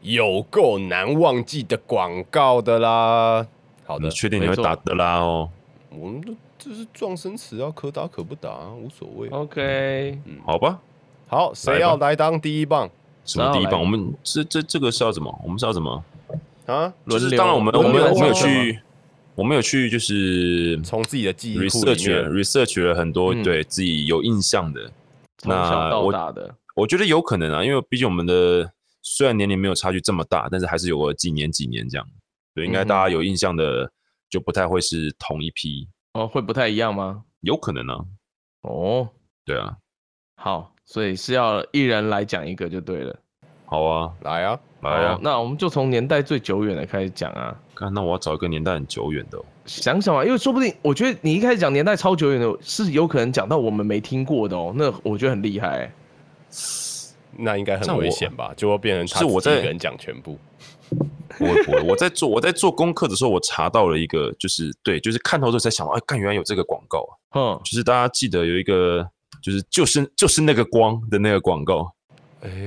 Speaker 1: 有够难忘记的广告的啦。好的
Speaker 3: 你，确定你会
Speaker 2: 没错
Speaker 3: 打德拉哦？
Speaker 1: 我们都这是撞生词啊，可打可不打啊，无所谓。
Speaker 2: OK，
Speaker 3: 好吧，
Speaker 1: 好，谁要来当第一棒
Speaker 3: 什么第一
Speaker 2: 然后
Speaker 3: 棒？
Speaker 2: 来
Speaker 3: 我们这这这个是要怎么？我们是要怎么？
Speaker 1: 啊？
Speaker 3: 就
Speaker 2: 轮
Speaker 3: 是
Speaker 2: 流
Speaker 3: 当然我们我
Speaker 2: 轮
Speaker 3: 们
Speaker 2: 流
Speaker 3: 我们有
Speaker 2: 抽什么
Speaker 3: 去，我们有去就是
Speaker 1: 从自己的记忆库里
Speaker 3: research 了
Speaker 1: 面，
Speaker 3: research 了很多
Speaker 2: 嗯
Speaker 3: 对自己有印象的。
Speaker 2: 从小
Speaker 3: 那我
Speaker 2: 到大的，
Speaker 3: 我觉得有可能啊，因为毕竟我们的虽然年龄没有差距这么大，但是还是有个几年几年这样。对，应该
Speaker 2: 嗯哼
Speaker 3: 大家有印象的就不太会是同一批，
Speaker 2: 哦，会不太一样吗？
Speaker 3: 有可能啊。
Speaker 2: 哦，
Speaker 3: 对啊，
Speaker 2: 好，所以是要一人来讲一个就对了。
Speaker 3: 好啊，
Speaker 1: 来啊，
Speaker 3: 来
Speaker 2: 好
Speaker 3: 啊，
Speaker 2: 那我们就从年代最久远的开始讲啊。
Speaker 3: 看那我要找一个年代很久远的哦、
Speaker 2: 想想啊，因为说不定，我觉得你一开始讲年代超久远的，是有可能讲到我们没听过的哦。那我觉得很厉害欸、
Speaker 1: 那应该
Speaker 3: 这
Speaker 1: 很
Speaker 3: 样
Speaker 1: 危
Speaker 3: 我
Speaker 1: 险吧？就会变成
Speaker 3: 是
Speaker 1: 他
Speaker 3: 我
Speaker 1: 自己一
Speaker 3: 在
Speaker 1: 个人讲全部。
Speaker 3: 不会不会，我在做我在做功课的时候，我查到了一个，就是对，就是看到之后才想到，哎，干原来有这个广告啊，
Speaker 2: 哼，
Speaker 3: 就是大家记得有一个，就是就是就是那个光的那个广告，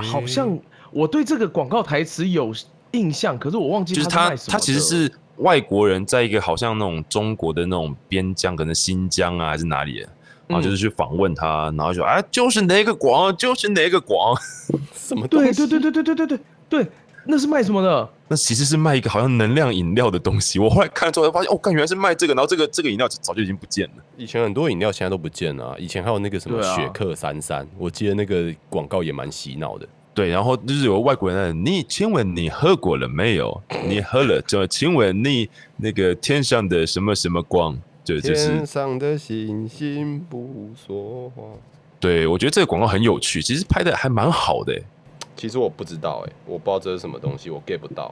Speaker 2: 好
Speaker 1: 诶
Speaker 2: 像我对这个广告台词有印象，可是我忘记
Speaker 3: 就是
Speaker 2: 它
Speaker 3: 他
Speaker 2: 卖什么
Speaker 3: 他其实
Speaker 2: 的哦
Speaker 3: 是外国人在一个好像那种中国的那种边疆，可能新疆啊还是哪里的。然后
Speaker 2: 嗯
Speaker 3: 就是去访问他，然后就哎，就是那个广，就是那个广，
Speaker 1: 什么东
Speaker 2: 对
Speaker 1: 西？
Speaker 2: 对对对对对对对对，那是卖什么的？
Speaker 3: 那其实是卖一个好像能量饮料的东西。我后来看了之后才发现，哦，干原来是卖这个，然后这个这个饮料早就已经不见了。
Speaker 1: 以前很多饮料现在都不见了啊、以前还有那个什么
Speaker 2: 对啊
Speaker 1: 雪克三三，我记得那个广告也蛮洗脑的。
Speaker 3: 对，然后就是有外国人在，你请问你喝过了没有？你喝了就请问你那个天上的什么什么光，对，就是
Speaker 1: 天上的星星不说话。
Speaker 3: 对我觉得这个广告很有趣，其实拍的还蛮好的欸。
Speaker 1: 其实我不知道哎、我不知道这是什么东西，我 get 不到。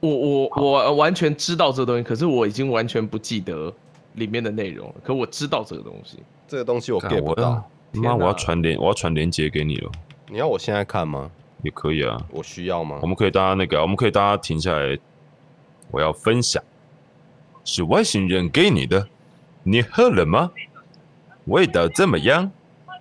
Speaker 2: 我我我完全知道这东西，可是我已经完全不记得里面的内容了。可我知道这个东西，
Speaker 1: 这个东西我
Speaker 3: 干
Speaker 1: get 不
Speaker 3: 我
Speaker 1: 到。
Speaker 3: 要妈，
Speaker 2: 天哪
Speaker 3: 我要传连，我要传连接给你了，
Speaker 1: 你要我现在看吗？
Speaker 3: 也可以啊。
Speaker 1: 我需要吗
Speaker 3: 我？们可以大家那个，我们可以大家停下来，我要分享，是外星人给你的，你喝了吗？味道怎么样？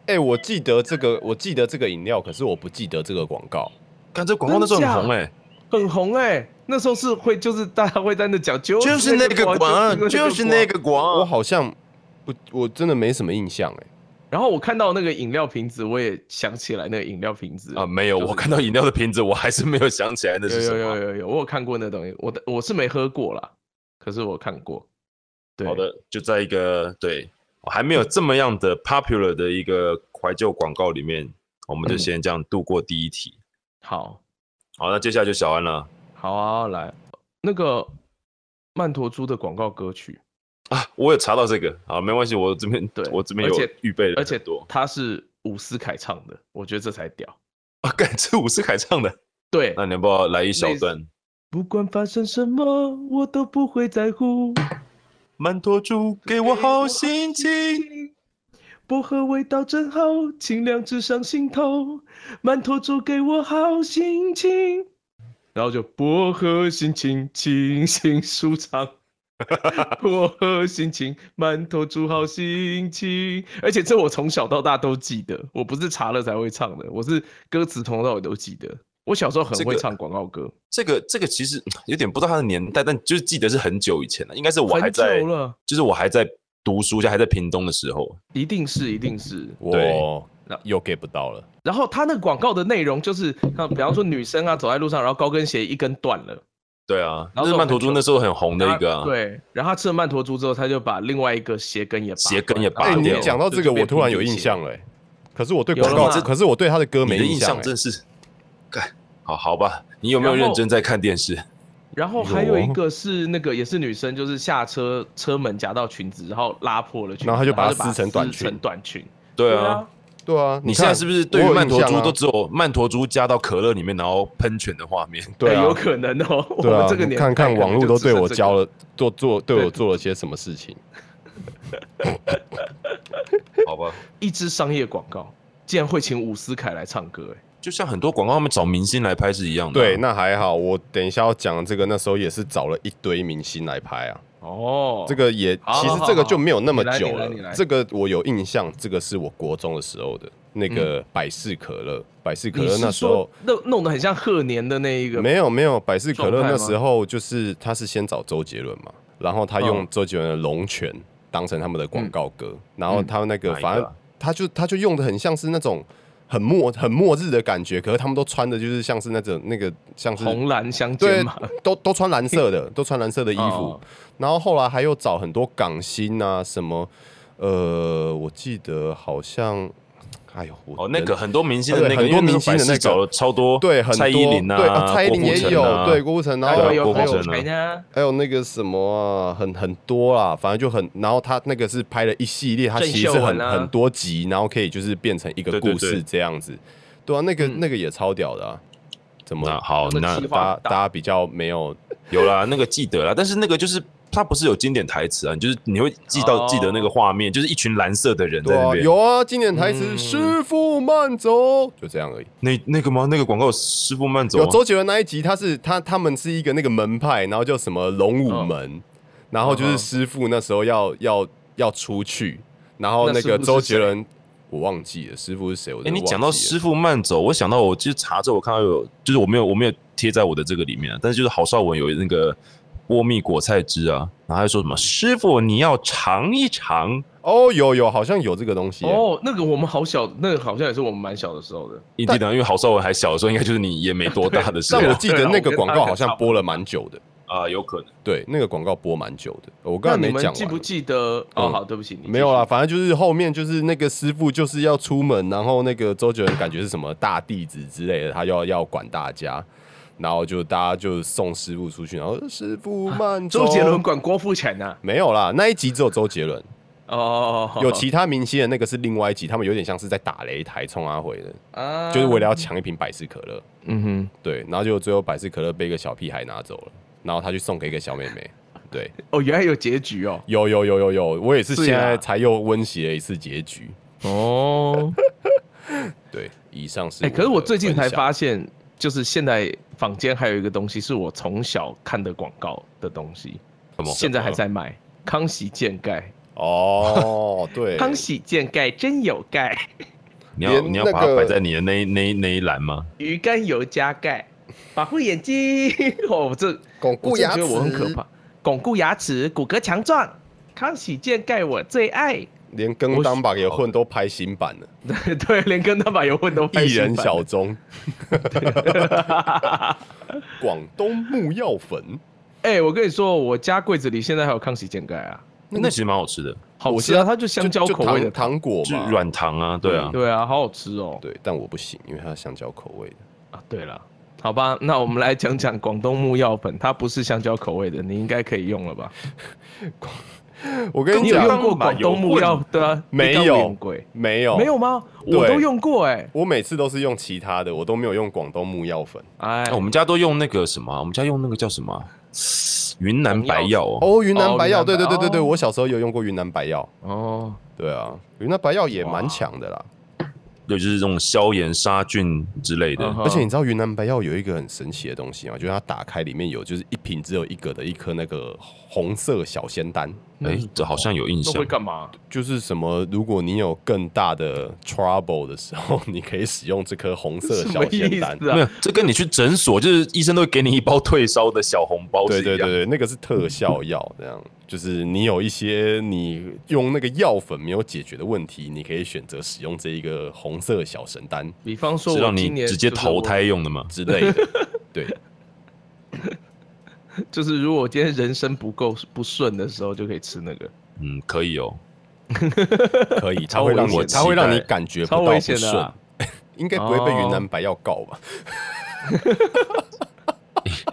Speaker 1: 哎、我记得这个，我记得这个饮料，可是我不记得这个广告。
Speaker 3: 看这广告那时候很红哎、
Speaker 2: 很红哎、那时候是会就是大家会在那讲，就
Speaker 3: 就是那个
Speaker 2: 广，
Speaker 3: 广，就是那
Speaker 2: 广。
Speaker 3: 个
Speaker 1: 我
Speaker 3: 广。
Speaker 1: 好像不，我真的没什么印象哎、
Speaker 2: 然后我看到那个饮料瓶子，我也想起来那个饮料瓶子
Speaker 3: 啊，没有，
Speaker 2: 就是
Speaker 3: 我看到饮料的瓶子，我还是没有想起来那
Speaker 2: 有
Speaker 3: 是什
Speaker 2: 有
Speaker 3: 么。
Speaker 2: 有有有，我有看过那东西，我的我是没喝过啦，可是我看过。对，
Speaker 3: 好，的，就在一个对我还没有这么样的 popular 的一个怀旧广告里面，我们
Speaker 2: 嗯
Speaker 3: 就先这样度过第一题。
Speaker 2: 好，
Speaker 3: 好，那接下来就小安了
Speaker 2: 好啊，来那个曼陀珠的广告歌曲，
Speaker 3: 啊，我有查到这个，好，没关系，我这边
Speaker 2: 对
Speaker 3: 我这边
Speaker 2: 而
Speaker 3: 有
Speaker 2: 且
Speaker 3: 预备了，
Speaker 2: 而且
Speaker 3: 多
Speaker 2: 它是伍思凯唱的，我觉得这才屌。
Speaker 3: 啊，干这伍思凯唱的，
Speaker 2: 对，
Speaker 3: 那你要不要来一小
Speaker 2: 类似
Speaker 3: 段？
Speaker 2: 不管发生什么，我都不会在乎。
Speaker 3: 曼陀珠给我好心情，
Speaker 2: 薄荷味道真好，清凉直上心头。馒头粥给我好心情。然后就薄荷心情，清新舒畅。 薄荷心情，馒头煮好心情。而且这我从小到大都记得，我不是查了才会唱的，我是歌词从头到尾都记得。我小时候很
Speaker 3: 这个
Speaker 2: 会唱广告歌，
Speaker 3: 这个这个其实嗯有点不知道它的年代，但就是记得是很久以前了，应该是我还
Speaker 2: 很久
Speaker 3: 在，
Speaker 2: 了，
Speaker 3: 就是我还在读书，就还在屏东的时候。
Speaker 2: 一定是一定是。
Speaker 1: 我
Speaker 3: 对
Speaker 1: 又 get 不到了。
Speaker 2: 然后他那个广告的内容就是，像比方说女生啊走在路上，然后高跟鞋一根断了，
Speaker 3: 对啊，
Speaker 2: 然后
Speaker 3: 那是
Speaker 2: 这种很
Speaker 3: 曼陀珠
Speaker 2: 久
Speaker 3: 那时候很红的一个、啊，
Speaker 2: 她，对，然后他吃了曼陀珠之后，他就把另外一个鞋跟也拔
Speaker 3: 鞋跟
Speaker 2: 断
Speaker 3: 也
Speaker 2: 然后
Speaker 3: 拔
Speaker 1: 哎、
Speaker 2: 就
Speaker 1: 你
Speaker 3: 掉
Speaker 1: 讲到这
Speaker 2: 就
Speaker 1: 个，我
Speaker 2: 变
Speaker 1: 突然有
Speaker 2: 平底
Speaker 1: 印
Speaker 2: 鞋
Speaker 1: 象了。哎可是我对
Speaker 2: 有
Speaker 1: 广
Speaker 2: 了
Speaker 1: 告
Speaker 2: 吗，
Speaker 1: 可是我对他的歌
Speaker 3: 你
Speaker 1: 没
Speaker 3: 的
Speaker 1: 印
Speaker 3: 印
Speaker 1: 象
Speaker 3: 象
Speaker 1: 哎。
Speaker 3: 真是，干，好好吧，你有没有
Speaker 2: 然后
Speaker 3: 认真在看电视？
Speaker 2: 然后还有一
Speaker 1: 有
Speaker 2: 个是那个也是女生，就是下车车门夹到裙子，然后拉破了裙子，
Speaker 1: 然后她就把它
Speaker 2: 把
Speaker 1: 撕成短裙
Speaker 2: 成短裙。
Speaker 3: 对啊
Speaker 2: 啊，，
Speaker 1: 对啊，
Speaker 3: 你现在
Speaker 1: 看
Speaker 3: 是不是对于
Speaker 1: 我有
Speaker 3: 曼陀
Speaker 1: 印
Speaker 3: 珠
Speaker 1: 象啊
Speaker 3: 都只有曼陀珠加到可乐里面，然后喷泉的画面？
Speaker 1: 对
Speaker 2: 哎
Speaker 1: 啊
Speaker 2: 有可能哦。我
Speaker 1: 对啊
Speaker 2: 们这个，年代
Speaker 1: 看看
Speaker 2: 可能
Speaker 1: 网络
Speaker 2: 就
Speaker 1: 都
Speaker 2: 只
Speaker 1: 对
Speaker 2: 剩
Speaker 1: 我
Speaker 2: 这个
Speaker 1: 教了，做做对我
Speaker 2: 对
Speaker 1: 做了些什么事情？
Speaker 3: 好吧，
Speaker 2: 一支商业广告，竟然会请伍思凯来唱歌，哎，
Speaker 3: 就像很多广告他们找明星来拍是一样的啊、
Speaker 1: 对，那还好。我等一下要讲这个，那时候也是找了一堆明星来拍啊。
Speaker 2: 哦，
Speaker 1: 这个也
Speaker 2: 好
Speaker 1: 其实
Speaker 2: 好好
Speaker 1: 这个就没有那么
Speaker 2: 你来
Speaker 1: 久
Speaker 2: 你来
Speaker 1: 了
Speaker 2: 你来。
Speaker 1: 这个我有印象，这个是我国中的时候的那个百事可乐，百事可
Speaker 2: 嗯你
Speaker 1: 乐
Speaker 2: 是
Speaker 1: 那时候
Speaker 2: 说弄弄得很像贺年的那一个，
Speaker 1: 没有没有，百事可乐
Speaker 2: 状态
Speaker 1: 那
Speaker 2: 吗
Speaker 1: 时候就是他是先找周杰伦嘛，然后他用
Speaker 2: 嗯
Speaker 1: 周杰伦的《龙拳》当成他们的广告歌，然后他
Speaker 2: 嗯
Speaker 1: 那个
Speaker 3: 哪一个啊
Speaker 1: 反正他就他就用的很像是那种很末很末日的感觉，可是他们都穿的就是像是那种那个像是
Speaker 2: 红蓝相
Speaker 1: 对
Speaker 2: 间嘛，，
Speaker 1: 都都穿蓝色 的，都穿蓝色的衣服。
Speaker 2: 哦
Speaker 1: 然后后来还有找很多港星啊，什么呃，我记得好像，哎呦，我
Speaker 3: 哦，那
Speaker 1: 人
Speaker 3: 个很多明星的那
Speaker 1: 对
Speaker 3: 个，
Speaker 1: 很多明星的那个
Speaker 3: 因为百事找了超多，
Speaker 1: 对很多
Speaker 3: 蔡依林啊，
Speaker 1: 对啊，蔡依林
Speaker 3: 郭富
Speaker 1: 也
Speaker 3: 城
Speaker 1: 有，
Speaker 3: 啊
Speaker 1: 对，郭富城，然
Speaker 2: 然
Speaker 1: 后
Speaker 2: 后
Speaker 3: 还
Speaker 1: 有
Speaker 2: 有
Speaker 3: 郭
Speaker 1: 还
Speaker 2: 还
Speaker 3: 富
Speaker 1: 有
Speaker 2: 有
Speaker 3: 城啊
Speaker 2: 谁呢？
Speaker 1: 还有那个什么啊，很很多啦，反正就很，然后他那个是拍了一系列，他
Speaker 2: 郑
Speaker 1: 其实是
Speaker 2: 秀
Speaker 1: 很
Speaker 2: 文啊
Speaker 1: 很多集，然后可以就是变成一个
Speaker 3: 对对
Speaker 1: 故事
Speaker 3: 对
Speaker 1: 这样子，对啊，那个
Speaker 2: 嗯
Speaker 1: 那个也超屌的啊，怎么
Speaker 3: 那好，
Speaker 2: 那
Speaker 3: 那
Speaker 2: 计划
Speaker 1: 大家
Speaker 2: 大
Speaker 1: 大家比较没有
Speaker 3: 有啦，那个记得啦，但是那个就是它不是有经典台词啊，你就是你会记到、
Speaker 2: 哦
Speaker 3: 记得那个画面，就是一群蓝色的人在
Speaker 1: 对
Speaker 3: 那
Speaker 1: 啊，
Speaker 3: 边。
Speaker 1: 有啊，经典台词“
Speaker 2: 嗯
Speaker 1: 师傅慢走”，就这样而已。
Speaker 3: 那那个吗？那个广告师傅慢走啊
Speaker 1: 有
Speaker 2: 啊
Speaker 3: 吗，
Speaker 1: 周杰伦那一集，他是他他们是一个那个门派，然后叫什么龙武
Speaker 2: 哦
Speaker 1: 门，然
Speaker 2: 嗯
Speaker 1: 后就是师傅那时候要要要出去，然后那个
Speaker 2: 那师傅是啊
Speaker 1: 周杰伦我忘记了师傅是谁，我
Speaker 3: 哎、
Speaker 1: 真的
Speaker 3: 你
Speaker 1: 忘记
Speaker 3: 讲到
Speaker 1: 了
Speaker 3: 师傅慢走，我想到我就是查着我看到有，就是我没有我没有贴在我的这个里面、啊，但是就是郝邵文有那个波蜜果菜汁啊，然后他就说什么师傅你要尝一尝，
Speaker 1: 哦，有有好像有这个东西耶，
Speaker 2: 哦，那个我们好小，那个好像也是我们蛮小的时候的。
Speaker 3: 一定的，因为郝邵文还小的时候，应该就是你也没多大的时候
Speaker 1: 但
Speaker 3: 啊
Speaker 1: 我记得那个广告好
Speaker 2: 对啊我觉得大概差
Speaker 1: 像
Speaker 2: 不多
Speaker 1: 播了蛮久的，
Speaker 3: 啊，有可能。
Speaker 1: 对，那个广告播蛮久的，我刚
Speaker 2: 那
Speaker 1: 才
Speaker 2: 你
Speaker 1: 没
Speaker 2: 们
Speaker 1: 讲
Speaker 2: 记
Speaker 1: 完
Speaker 2: 不。记得？哦，
Speaker 1: 嗯
Speaker 2: 好，对不起，你继续
Speaker 1: 没有啦，。反正就是后面就是那个师傅就是要出门，然后那个周杰伦感觉是什么大弟子之类的，他要要管大家，然后就大家就送师傅出去，然后师傅 慢走。
Speaker 2: 周杰伦管郭富城啊，
Speaker 1: 没有啦，那一集只有周杰伦，
Speaker 2: 哦，
Speaker 1: 有其他明星的那个是另外一集，他们有点像是在打擂台冲阿回的，
Speaker 2: 啊，
Speaker 1: 就是为了要抢一瓶百事可 乐，
Speaker 2: 嗯哼。
Speaker 1: 对，然后就最后百事可乐被一个小屁孩拿走了，然后他去送给一个小妹妹，对，
Speaker 2: 哦，原来有结局哦。
Speaker 1: 有有有有有，我也是
Speaker 2: 是啊
Speaker 1: 现在才又温习了一次结局。
Speaker 2: 哦，
Speaker 1: 对，以上是
Speaker 2: 哎，可是我最近才
Speaker 1: 的
Speaker 2: 发现，就是现在坊间还有一个东西是我从小看的广告的东西，
Speaker 3: 什么
Speaker 2: 现在还在卖。康熙健钙，
Speaker 1: 分享哦，对，
Speaker 2: 康熙健钙真有钙，
Speaker 3: 你要
Speaker 1: 连
Speaker 3: 你要
Speaker 1: 那
Speaker 3: 把它
Speaker 1: 个
Speaker 3: 摆在你的那一那一那一栏吗？
Speaker 2: 鱼肝油加钙，保护眼睛。 哦，这
Speaker 1: 巩
Speaker 2: 我真的觉得我很可，怕，巩固牙齿，骨骼强壮。康喜健钙我最爱，
Speaker 1: 连跟当榜也混都拍新版了，
Speaker 2: 对，连跟他把油混都拍
Speaker 1: 一
Speaker 2: 新版
Speaker 1: 人小 钟，广东木药粉，
Speaker 2: 哎、我跟你说，我家柜子里现在还有康喜健钙啊，
Speaker 3: 那其实蛮好吃的，
Speaker 2: 好
Speaker 1: 我知
Speaker 2: 吃
Speaker 1: 道
Speaker 2: 啊，它就香蕉
Speaker 1: 就
Speaker 2: 口味的
Speaker 1: 糖，糖果
Speaker 3: 就是
Speaker 1: 嘛，
Speaker 3: 软糖啊，对啊，
Speaker 2: 对啊，好好吃哦。
Speaker 1: 对，但我不行，因为它是香蕉口味的。
Speaker 2: 啊，对了，好吧，那我们来讲讲广东木药粉，它不是香蕉口味的，你应该可以用了吧？
Speaker 1: 我跟
Speaker 2: 你
Speaker 1: 你
Speaker 2: 有
Speaker 1: 讲，
Speaker 2: 用过广东木药对啊？
Speaker 1: 没
Speaker 2: 你刚
Speaker 1: 有
Speaker 2: 用过
Speaker 1: 没有
Speaker 2: 没有。吗？
Speaker 1: 对
Speaker 2: 我都用过哎、
Speaker 1: 我每次都是用其他的，我都没有用广东木药粉。
Speaker 2: 哎
Speaker 3: 哎，我们家都用那个什么啊，我们家用那个叫什么啊云南白药哦，
Speaker 1: 哦，云南白药，
Speaker 2: 哦
Speaker 1: 对
Speaker 2: 云南白
Speaker 1: 对对对对，
Speaker 2: 哦
Speaker 1: 我小时候有用过云南白药。
Speaker 2: 哦，
Speaker 1: 对啊，云南白药也蛮强的啦。
Speaker 3: 对，就是这种消炎杀菌之类的
Speaker 2: 嗯。哼
Speaker 1: 而且你知道云南白药有一个很神奇的东西吗？就是它打开里面有就是一瓶只有一个的一颗那个红色小仙丹，
Speaker 3: 哎，这好像有印
Speaker 2: 那
Speaker 3: 象
Speaker 2: 嗯会。干嘛？
Speaker 1: 就是什么？如果你有更大的 trouble 的时候，你可以使用这颗红色
Speaker 2: 什
Speaker 1: 小
Speaker 2: 么
Speaker 1: 仙
Speaker 2: 意
Speaker 1: 丹。
Speaker 2: 思
Speaker 3: 没有
Speaker 2: 啊？，
Speaker 3: 这跟你去诊所，就是医生都会给你一包退烧的小红包是
Speaker 1: 对
Speaker 3: 一样
Speaker 1: 对对对，那个是特效药，这样就是你有一些你用那个药粉没有解决的问题，你可以选择使用这一个红色小神丹
Speaker 2: 比方说，
Speaker 3: 是
Speaker 2: 我
Speaker 3: 让
Speaker 2: 今
Speaker 3: 你
Speaker 2: 年
Speaker 3: 直接
Speaker 2: 就是我
Speaker 3: 投胎用的嘛？
Speaker 1: 之类 的。对，
Speaker 2: 就是如果我今天人生不够不顺的时候，就可以吃那个。
Speaker 3: 嗯，可以哦。
Speaker 1: 可 以，它
Speaker 2: 超
Speaker 1: 会让
Speaker 2: 危险
Speaker 1: 你，
Speaker 2: 的
Speaker 1: 它会让你感觉不到
Speaker 2: 超危
Speaker 1: 不
Speaker 2: 险的
Speaker 1: 顺
Speaker 2: 啊。
Speaker 1: 应该不会被
Speaker 2: 哦
Speaker 1: 云南白药告吧？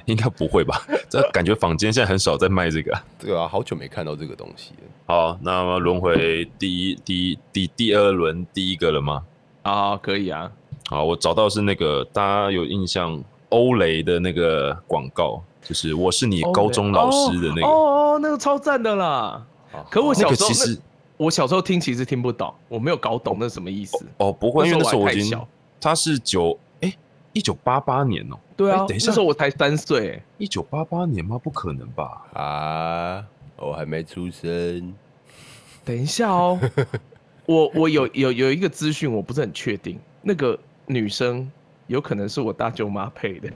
Speaker 3: 应该不会吧？ 这感觉坊间现在很少在卖这个啊。
Speaker 1: 对啊，好久没看到这个东西了。
Speaker 3: 好，那么轮回第一、第一、第第二轮第一个了吗？
Speaker 2: 啊，可以啊，
Speaker 3: 好，我找到是那个大家有印象欧雷的那个广告，就是我是你高中老师的那个。
Speaker 2: 哦哦，哦那个超赞的啦！可我
Speaker 3: 那
Speaker 2: 小
Speaker 3: 个
Speaker 2: 时候
Speaker 3: 其实
Speaker 2: 我小时候听其实听不懂，我没有搞懂那什么意思。
Speaker 3: 哦不会，因为
Speaker 2: 那时
Speaker 3: 那时
Speaker 2: 候
Speaker 3: 候
Speaker 2: 我
Speaker 3: 我
Speaker 2: 还
Speaker 3: 已
Speaker 2: 太
Speaker 3: 经
Speaker 2: 小
Speaker 3: 他是九哎一九八八年哦，
Speaker 2: 对啊，
Speaker 3: 哎等一下
Speaker 2: 那时候我才三岁，
Speaker 3: 一九八八年吗？不可能吧？
Speaker 1: 啊，我还没出生。
Speaker 2: 等一下哦，我我有有有一个资讯，我不是很确定，那个女生有可能是我大舅妈配的，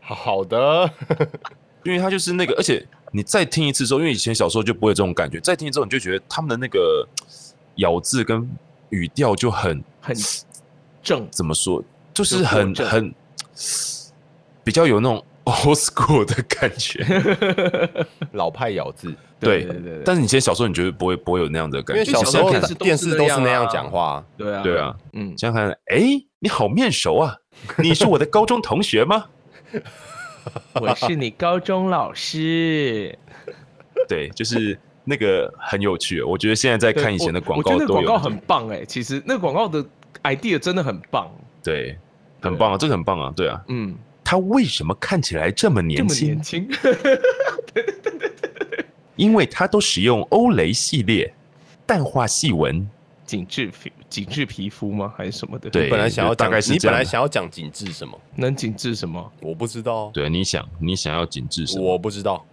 Speaker 1: 好的，
Speaker 3: 因为他就是那个，而且你再听一次之后，因为以前小时候就不会有这种感觉，再听之后你就觉得他们的那个咬字跟语调就很
Speaker 2: 很正，
Speaker 3: 怎么说，就是
Speaker 2: 就过
Speaker 3: 很
Speaker 2: 正
Speaker 3: 很比较有那种 old school 的感觉。
Speaker 1: 老派咬字，
Speaker 3: 对
Speaker 2: 对对
Speaker 3: 但是你以前小时候你绝对不会不会有那样的
Speaker 1: 因
Speaker 3: 感
Speaker 1: 为
Speaker 3: 觉。
Speaker 1: 小时候
Speaker 2: 因为小时候
Speaker 1: 电
Speaker 2: 电
Speaker 1: 视
Speaker 2: 视
Speaker 1: 都
Speaker 2: 都
Speaker 1: 是
Speaker 2: 是
Speaker 1: 那
Speaker 2: 那
Speaker 1: 样
Speaker 2: 样
Speaker 1: 讲话。
Speaker 2: 对啊
Speaker 3: 对，啊，
Speaker 2: 嗯，
Speaker 3: 想想看，哎、你好面熟啊，你是我的高中同学吗？
Speaker 2: 我是你高中老师，
Speaker 3: 对，就是那个很有趣。我觉得现在在看以前的
Speaker 2: 对我
Speaker 3: 广告
Speaker 2: 我觉得那个
Speaker 3: 都
Speaker 2: 广
Speaker 3: 有
Speaker 2: 告，很棒哎、其实那个广告的 idea 真的很棒，
Speaker 3: 对，很棒啊，这个很棒啊，对啊。
Speaker 2: 嗯，
Speaker 3: 他为什么看起来这么
Speaker 2: 这
Speaker 3: 年
Speaker 2: 么
Speaker 3: 轻？
Speaker 2: 年轻，
Speaker 3: 因为他都使用欧蕾系列淡化细纹。
Speaker 2: 紧致皮紧致皮肤吗？还是什么的？
Speaker 3: 对
Speaker 1: 你本来想要
Speaker 3: 大
Speaker 1: 讲，
Speaker 3: 概是
Speaker 1: 你
Speaker 3: 这
Speaker 1: 本
Speaker 3: 样
Speaker 1: 来
Speaker 3: 的
Speaker 1: 想要讲紧致什么？
Speaker 2: 能紧致什么？
Speaker 1: 我不知道，
Speaker 3: 对，你想，你想要紧致什么？
Speaker 1: 我不知道。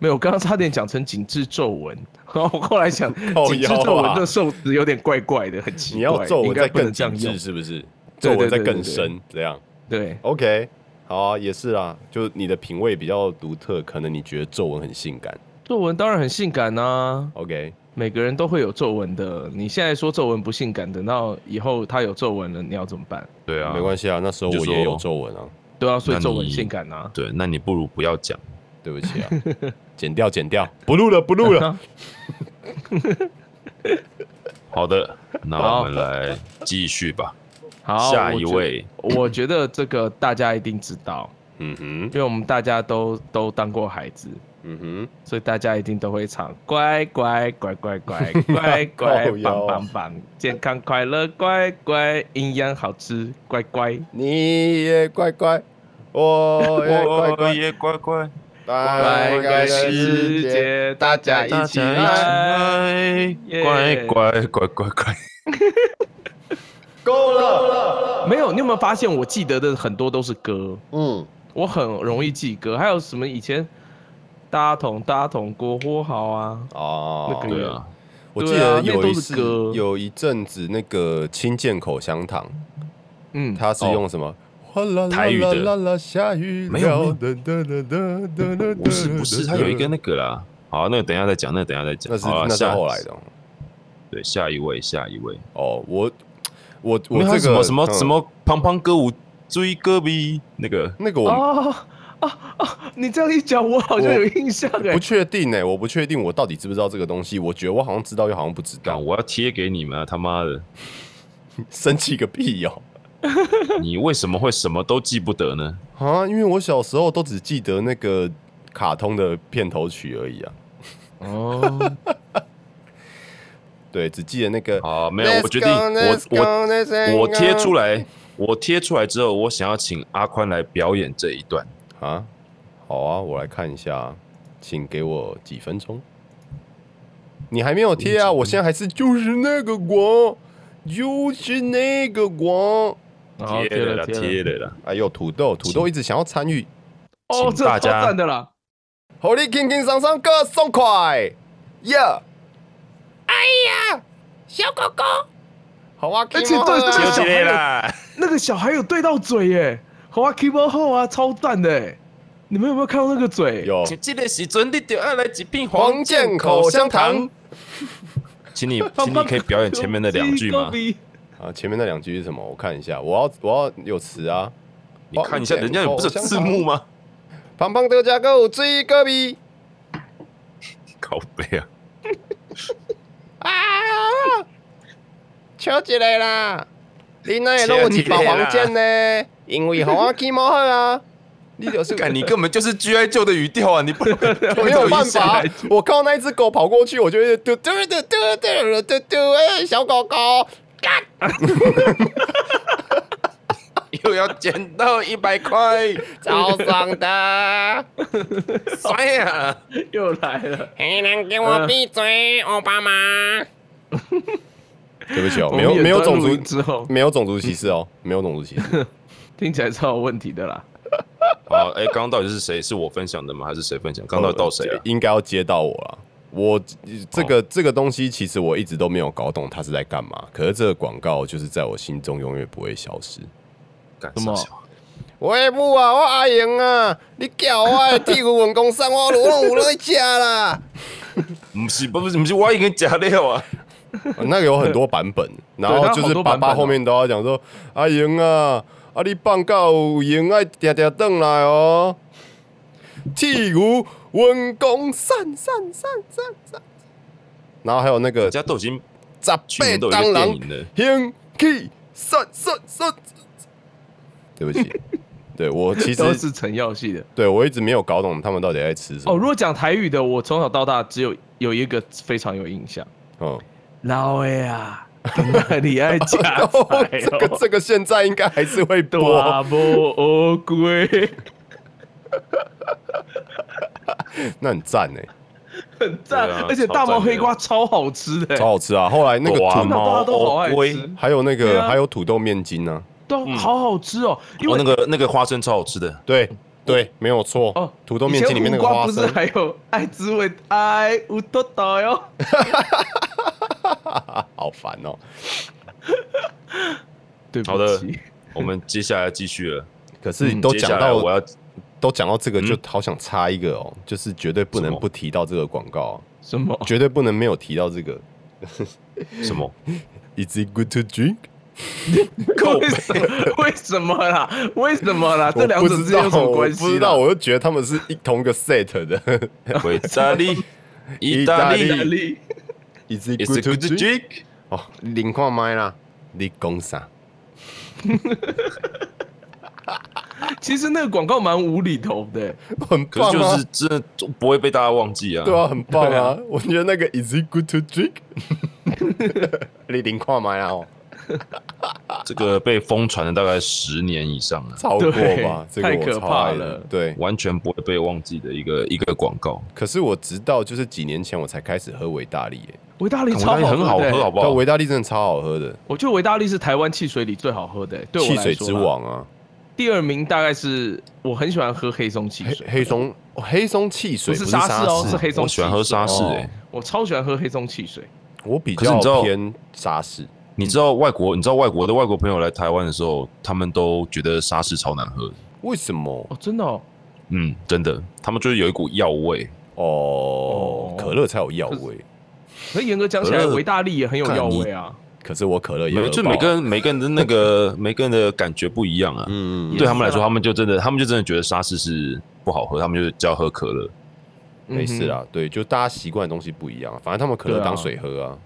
Speaker 2: 没有，我刚刚差点讲成紧致皱纹， 然后我后来想，
Speaker 1: 靠
Speaker 2: 紧致
Speaker 1: 腰啊
Speaker 2: 皱纹这受词有点怪怪的，很奇怪。
Speaker 1: 你要皱
Speaker 2: 应
Speaker 1: 纹
Speaker 2: 该
Speaker 1: 再
Speaker 2: 不能
Speaker 1: 更
Speaker 2: 这
Speaker 1: 紧
Speaker 2: 样用
Speaker 1: 致，。是不是？皱
Speaker 2: 对对
Speaker 1: 纹再
Speaker 2: 对对
Speaker 1: 更
Speaker 2: 对
Speaker 1: 深，这样
Speaker 2: 对，
Speaker 1: OK。好啊，也是啦，就你的品味比较独特，可能你觉得皱纹很性感。
Speaker 2: 皱纹当然很性感啊，
Speaker 1: OK，
Speaker 2: 每个人都会有皱纹的。你现在说皱纹不性感，等到以后他有皱纹了，你要怎么办？
Speaker 3: 对啊，
Speaker 1: 没关系啊，那时候
Speaker 3: 就
Speaker 1: 我也有
Speaker 3: 说
Speaker 1: 皱纹啊，
Speaker 2: 对啊，所
Speaker 3: 那
Speaker 2: 以皱纹
Speaker 3: 你
Speaker 2: 性感啊。
Speaker 3: 对，那你不如不要讲。
Speaker 1: 对不起啊， 剪掉剪掉，不录了不录了。
Speaker 3: 好的，那
Speaker 2: 好
Speaker 3: 我们来继续吧。
Speaker 2: 好，
Speaker 3: 下
Speaker 2: 我
Speaker 3: 一
Speaker 2: 觉得，
Speaker 3: 位，
Speaker 2: 我觉得这个大家一定知道，
Speaker 1: 嗯哼
Speaker 2: 因，为我们大家都都当过孩子，
Speaker 1: 嗯哼，
Speaker 2: 所以大家一定都会唱“乖乖乖乖乖乖乖
Speaker 1: 靠腰
Speaker 2: 棒棒棒，健康快乐乖乖，营养好吃乖乖
Speaker 1: 你也乖乖，我
Speaker 2: 哎
Speaker 1: 也乖
Speaker 3: 我
Speaker 1: 乖，
Speaker 3: 也哦乖乖，
Speaker 1: 大概
Speaker 2: 乖乖
Speaker 1: 世
Speaker 2: 世
Speaker 1: 界。
Speaker 2: 界，大家
Speaker 1: 大
Speaker 2: 一起
Speaker 1: 家
Speaker 2: 来。
Speaker 3: 来
Speaker 2: 耶
Speaker 3: 乖乖乖乖乖。
Speaker 1: 够了，
Speaker 2: 没有，你有没有发现？我记得的很多都是歌，
Speaker 1: 嗯，
Speaker 2: 我很容易记歌。还有什么以前大同大同国呼号啊，
Speaker 1: 哦，
Speaker 2: 那个
Speaker 3: 对啊，
Speaker 1: 我记
Speaker 2: 对
Speaker 1: 得
Speaker 2: 啊那
Speaker 1: 有
Speaker 2: 都
Speaker 1: 一
Speaker 2: 是
Speaker 1: 次
Speaker 2: 歌
Speaker 1: 有一阵子那个清健口香糖，
Speaker 2: 嗯，
Speaker 1: 它是用什么？哗啦啦
Speaker 3: 台语
Speaker 1: 啦
Speaker 3: 的
Speaker 1: 啦啦，下雨
Speaker 3: 没有
Speaker 1: 了
Speaker 3: 没有
Speaker 1: 噔噔噔噔噔噔
Speaker 3: 不是不
Speaker 1: 噔
Speaker 3: 是，他有一
Speaker 1: 噔
Speaker 3: 个那个啦。好，那个等一下再讲，那个等一下再讲。
Speaker 1: 那是
Speaker 3: 好啦
Speaker 1: 那是
Speaker 3: 下
Speaker 1: 后来的哦
Speaker 3: 对，下一位，下一位。
Speaker 1: 哦。我我
Speaker 3: 因为
Speaker 1: 我
Speaker 3: 他
Speaker 1: 这
Speaker 3: 什么
Speaker 1: 个嗯
Speaker 3: 什么什么胖胖歌舞追歌比那个
Speaker 1: 那个我
Speaker 2: 哦哦哦，你这样一讲，我好像
Speaker 1: 我
Speaker 2: 有印象哎
Speaker 1: 不。确定哎，我不确定我到底知不知道这个东西。我觉得我好像知道，又好像不知
Speaker 3: 干，
Speaker 1: 道，
Speaker 3: 我要贴给你们啊！他妈的，
Speaker 1: 生气个屁哦哟！
Speaker 3: 你为什么会什么都记不得呢？
Speaker 1: 啊，因为我小时候都只记得那个卡通的片头曲而已啊，
Speaker 2: 哦，
Speaker 1: 对，只记得那个。
Speaker 3: 啊，没有，我决定，我我
Speaker 1: 我
Speaker 3: 我贴出
Speaker 1: 来
Speaker 3: 来，我贴出来之后，我想要请阿宽来表演这一段。
Speaker 1: 啊，好啊，我来看一下，请给我几分钟。你还没有贴啊，我现在还是就是那个光，就是那个光。
Speaker 2: 然后哦
Speaker 3: 贴
Speaker 2: 贴
Speaker 3: 了
Speaker 2: 了
Speaker 3: 啦，
Speaker 2: 贴
Speaker 3: 贴
Speaker 2: 了，
Speaker 3: 了啦。
Speaker 1: 哎呦，土豆，土豆一直想要参与，
Speaker 2: 哦，
Speaker 3: 请
Speaker 2: 这
Speaker 3: 大
Speaker 2: 超
Speaker 3: 家
Speaker 2: 赞的啦！
Speaker 1: 好力轻轻松松歌送快，耶！哎呀，小狗狗，好啊，
Speaker 2: 而且对这个
Speaker 3: 就
Speaker 2: 小
Speaker 3: 这个啦，
Speaker 2: 那个小孩有对到嘴耶，好啊 k e y b o a 后啊，超赞的耶！你们有没有看到那个嘴？
Speaker 1: 有
Speaker 3: 请这个时阵你就要来一片
Speaker 1: 黄健口香 糖。
Speaker 3: 请你，
Speaker 2: 棒
Speaker 3: 请你
Speaker 2: 棒
Speaker 3: 可以表演前面那两句吗？
Speaker 1: 啊，前面那两句是什么？我看一下，我要我要有词啊。
Speaker 3: 你看一下，人家有不是有字幕 吗？
Speaker 1: 胖胖的家狗追隔壁
Speaker 3: 靠背啊！
Speaker 1: 啊！求一个啦！你哪会拢有一包黄健呢？因为给我起毛好啊！你就是
Speaker 3: 干，你根本就是 GI 旧的语调啊！你不能
Speaker 1: 没有办法
Speaker 3: 这么一下来，
Speaker 1: 我靠那一只狗跑过去，我就会嘟嘟嘟嘟嘟嘟嘟，哎，小狗狗， 干！
Speaker 3: 又要捡到一百块，
Speaker 1: 超爽的！
Speaker 3: 衰呀！
Speaker 2: 又来了，
Speaker 1: 黑人给
Speaker 2: 我
Speaker 3: 啊
Speaker 1: 闭嘴，奥巴马！ 对不起哦，
Speaker 2: 我
Speaker 1: 没
Speaker 2: 们
Speaker 1: 有
Speaker 2: 远
Speaker 1: 没有
Speaker 2: 端
Speaker 1: 种
Speaker 2: 录
Speaker 1: 族
Speaker 2: 音之后，
Speaker 1: 没有种族歧视哦，没有种族歧视。
Speaker 2: 听起来超有问题的啦。
Speaker 3: 好，哎，刚刚到底是谁？是我分享的吗？还是谁分享？刚刚到 底到谁 啊？哦
Speaker 1: 应该要接到我了。我这个、这个东西，其实我一直都没有搞懂它是在干嘛。可是这个广告就是在我心中永远不会消失。
Speaker 3: 干
Speaker 2: 什么
Speaker 3: 傻笑
Speaker 1: 我的母啊，我阿英啊，你叫我的铁骨文工上，我拢有在吃啦。
Speaker 3: 不是，不是，不是，我已经假料啊！
Speaker 1: 那个有很多版本，然后就是爸爸后面都要讲说：“阿英啊，啊你放假有闲爱定定转来哦。”铁骨文工散散散散散。然后还有那个
Speaker 3: 人家都已经
Speaker 1: 十
Speaker 3: 去年
Speaker 1: 八
Speaker 3: 都有
Speaker 1: 当
Speaker 3: 一个电
Speaker 1: 人
Speaker 3: 影了。
Speaker 1: 兴起散散散。对不起，对我其
Speaker 2: 都
Speaker 1: 实
Speaker 2: 是陈耀系的
Speaker 1: 对我一直没有搞懂他们到底在吃什么。
Speaker 2: 哦。如果讲台语的，我从小到大只有有一个非常有印象，
Speaker 1: 哦，
Speaker 2: 老的啊，那你爱假
Speaker 1: 哦
Speaker 2: 菜
Speaker 1: 这个
Speaker 2: 哦，啊
Speaker 1: 这个现在应该还是会播，
Speaker 2: 大波乌龟，
Speaker 1: 那很赞哎，
Speaker 2: 很赞
Speaker 3: 对啊，
Speaker 2: 而且大毛黑瓜超好吃的，
Speaker 1: 超好吃啊！后来那个
Speaker 3: 哇
Speaker 1: 土
Speaker 2: 那大家都好爱
Speaker 3: 毛乌
Speaker 2: 吃
Speaker 3: 龟，
Speaker 1: 还有那
Speaker 2: 对
Speaker 1: 个
Speaker 2: 啊
Speaker 1: 还有土豆面筋啊呢，
Speaker 2: 都啊
Speaker 3: 嗯
Speaker 2: 好好吃哦，因
Speaker 3: 哦，
Speaker 2: 为
Speaker 3: 那个那个花生超好吃的，
Speaker 1: 对对，没有错
Speaker 2: 哦，
Speaker 1: 土豆面筋里面那个
Speaker 2: 以前胡瓜
Speaker 1: 花
Speaker 2: 不是
Speaker 1: 生，
Speaker 2: 还有爱滋味爱乌豆 豆哟，
Speaker 1: 好烦哦。
Speaker 2: 对
Speaker 3: 好
Speaker 2: 不
Speaker 3: 的
Speaker 2: 起，
Speaker 3: 我们接下来继续了。
Speaker 1: 可是
Speaker 3: 嗯
Speaker 1: 都
Speaker 3: 接下
Speaker 1: 讲
Speaker 3: 来
Speaker 1: 到
Speaker 3: 我要
Speaker 1: 都讲到这个，
Speaker 3: 嗯
Speaker 1: 就好想插一个哦，就是绝对不
Speaker 3: 什
Speaker 1: 能
Speaker 3: 么
Speaker 1: 不提到这个广告啊，
Speaker 2: 什么？
Speaker 1: 绝对不能没有提到这个。
Speaker 3: 什么？
Speaker 1: Is it good to drink？
Speaker 2: 为什么？ 为什么啦？为什么啦？这两者之间有什么关系？啊
Speaker 1: 我不知道，我就觉得他们是一同一个 set 的。
Speaker 3: 意大利，意大
Speaker 1: 意大
Speaker 3: 利
Speaker 2: 意大利
Speaker 1: Is it
Speaker 3: ，It's a
Speaker 1: good to
Speaker 3: good
Speaker 1: drink？
Speaker 3: drink。
Speaker 1: 哦，零看麦啦，你讲啥？
Speaker 2: 其实那个广告蛮无厘头的，
Speaker 1: 很
Speaker 3: 可
Speaker 1: 棒
Speaker 3: 是就
Speaker 1: 啊
Speaker 3: 是，真的就不会被大家忘记啊。
Speaker 1: 对啊，很棒
Speaker 2: 对
Speaker 1: 啊
Speaker 2: 啊。
Speaker 1: 我觉得那个 Is it good to drink？你零看麦啦哦，
Speaker 3: 这个被疯传了大概十年以上了，啊
Speaker 1: 超过
Speaker 2: 对
Speaker 1: 吧，这个
Speaker 2: 太
Speaker 1: 我
Speaker 2: 可
Speaker 1: 超
Speaker 2: 怕
Speaker 1: 爱的
Speaker 2: 了
Speaker 1: 对，
Speaker 3: 完全不会被忘记的一个一个广告。
Speaker 1: 可是我直到就是几年前我才开始喝维大利耶，
Speaker 2: 维大利
Speaker 3: 我
Speaker 2: 超
Speaker 3: 发现很好
Speaker 2: 喝的
Speaker 3: 喝，好
Speaker 2: 欸。
Speaker 3: 不
Speaker 1: 但
Speaker 3: 好？
Speaker 1: 维大利真的超好喝的，
Speaker 2: 我觉得维大利是台湾汽水里最好喝的欸，对我
Speaker 1: 汽
Speaker 2: 来
Speaker 1: 水
Speaker 2: 说
Speaker 1: 之
Speaker 2: 啦。
Speaker 1: 王啊，
Speaker 2: 第二名大概是我很喜欢喝黑松汽
Speaker 1: 黑
Speaker 2: 水，
Speaker 1: 黑松哦黑松汽水
Speaker 2: 不是
Speaker 1: 不
Speaker 2: 沙士哦，
Speaker 1: 士
Speaker 2: 是黑松
Speaker 3: 我
Speaker 2: 汽
Speaker 3: 喜
Speaker 2: 水。
Speaker 3: 欢喝沙士欸诶、
Speaker 1: 哦
Speaker 2: 我超喜欢喝黑松汽水。
Speaker 1: 我比
Speaker 3: 可是
Speaker 1: 较
Speaker 3: 你知道
Speaker 1: 偏沙士，
Speaker 3: 你知道外国，你知道外国的外国朋友来台湾的时候，他们都觉得沙士超难喝的。
Speaker 1: 为什么？
Speaker 2: 哦，真的哦，
Speaker 3: 嗯，真的，他们就是有一股药味。
Speaker 1: 哦
Speaker 2: 哦，
Speaker 1: 可乐才有药味，
Speaker 2: 可是严格讲起来，
Speaker 3: 可乐
Speaker 2: 维大利也很有
Speaker 3: 干
Speaker 2: 药
Speaker 3: 你
Speaker 2: 味啊。
Speaker 1: 可是我可乐也
Speaker 3: 每
Speaker 1: 喝
Speaker 3: 就
Speaker 1: 爆
Speaker 3: 每个人每个人的那个每个人的感觉不一样啊。
Speaker 1: 嗯嗯
Speaker 2: 也
Speaker 1: 嗯
Speaker 3: 对他们来
Speaker 2: 是
Speaker 3: 说，
Speaker 2: 啊
Speaker 3: 他们就真的，他们就真的觉得沙士是不好喝，他们就叫喝可乐。
Speaker 1: 没事啊
Speaker 2: 嗯哼
Speaker 1: 啦，对，就大家习惯的东西不一样，反正他们可乐
Speaker 2: 对啊
Speaker 1: 当水喝啊，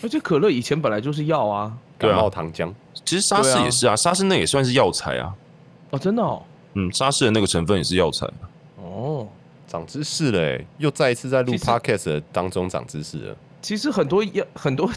Speaker 2: 而且可乐以前本来就是药啊。
Speaker 3: 对
Speaker 1: 感
Speaker 3: 啊
Speaker 1: 冒糖浆，
Speaker 3: 其实沙士
Speaker 2: 对啊
Speaker 3: 也是啊，沙士那也算是药材啊。
Speaker 2: 哦，真的哦。
Speaker 3: 嗯，沙士的那个成分也是药材。啊
Speaker 2: 哦，
Speaker 1: 长知识了欸，又再一次在录
Speaker 2: 其实
Speaker 1: podcast 的当中长知识了，
Speaker 2: 其实很多药很多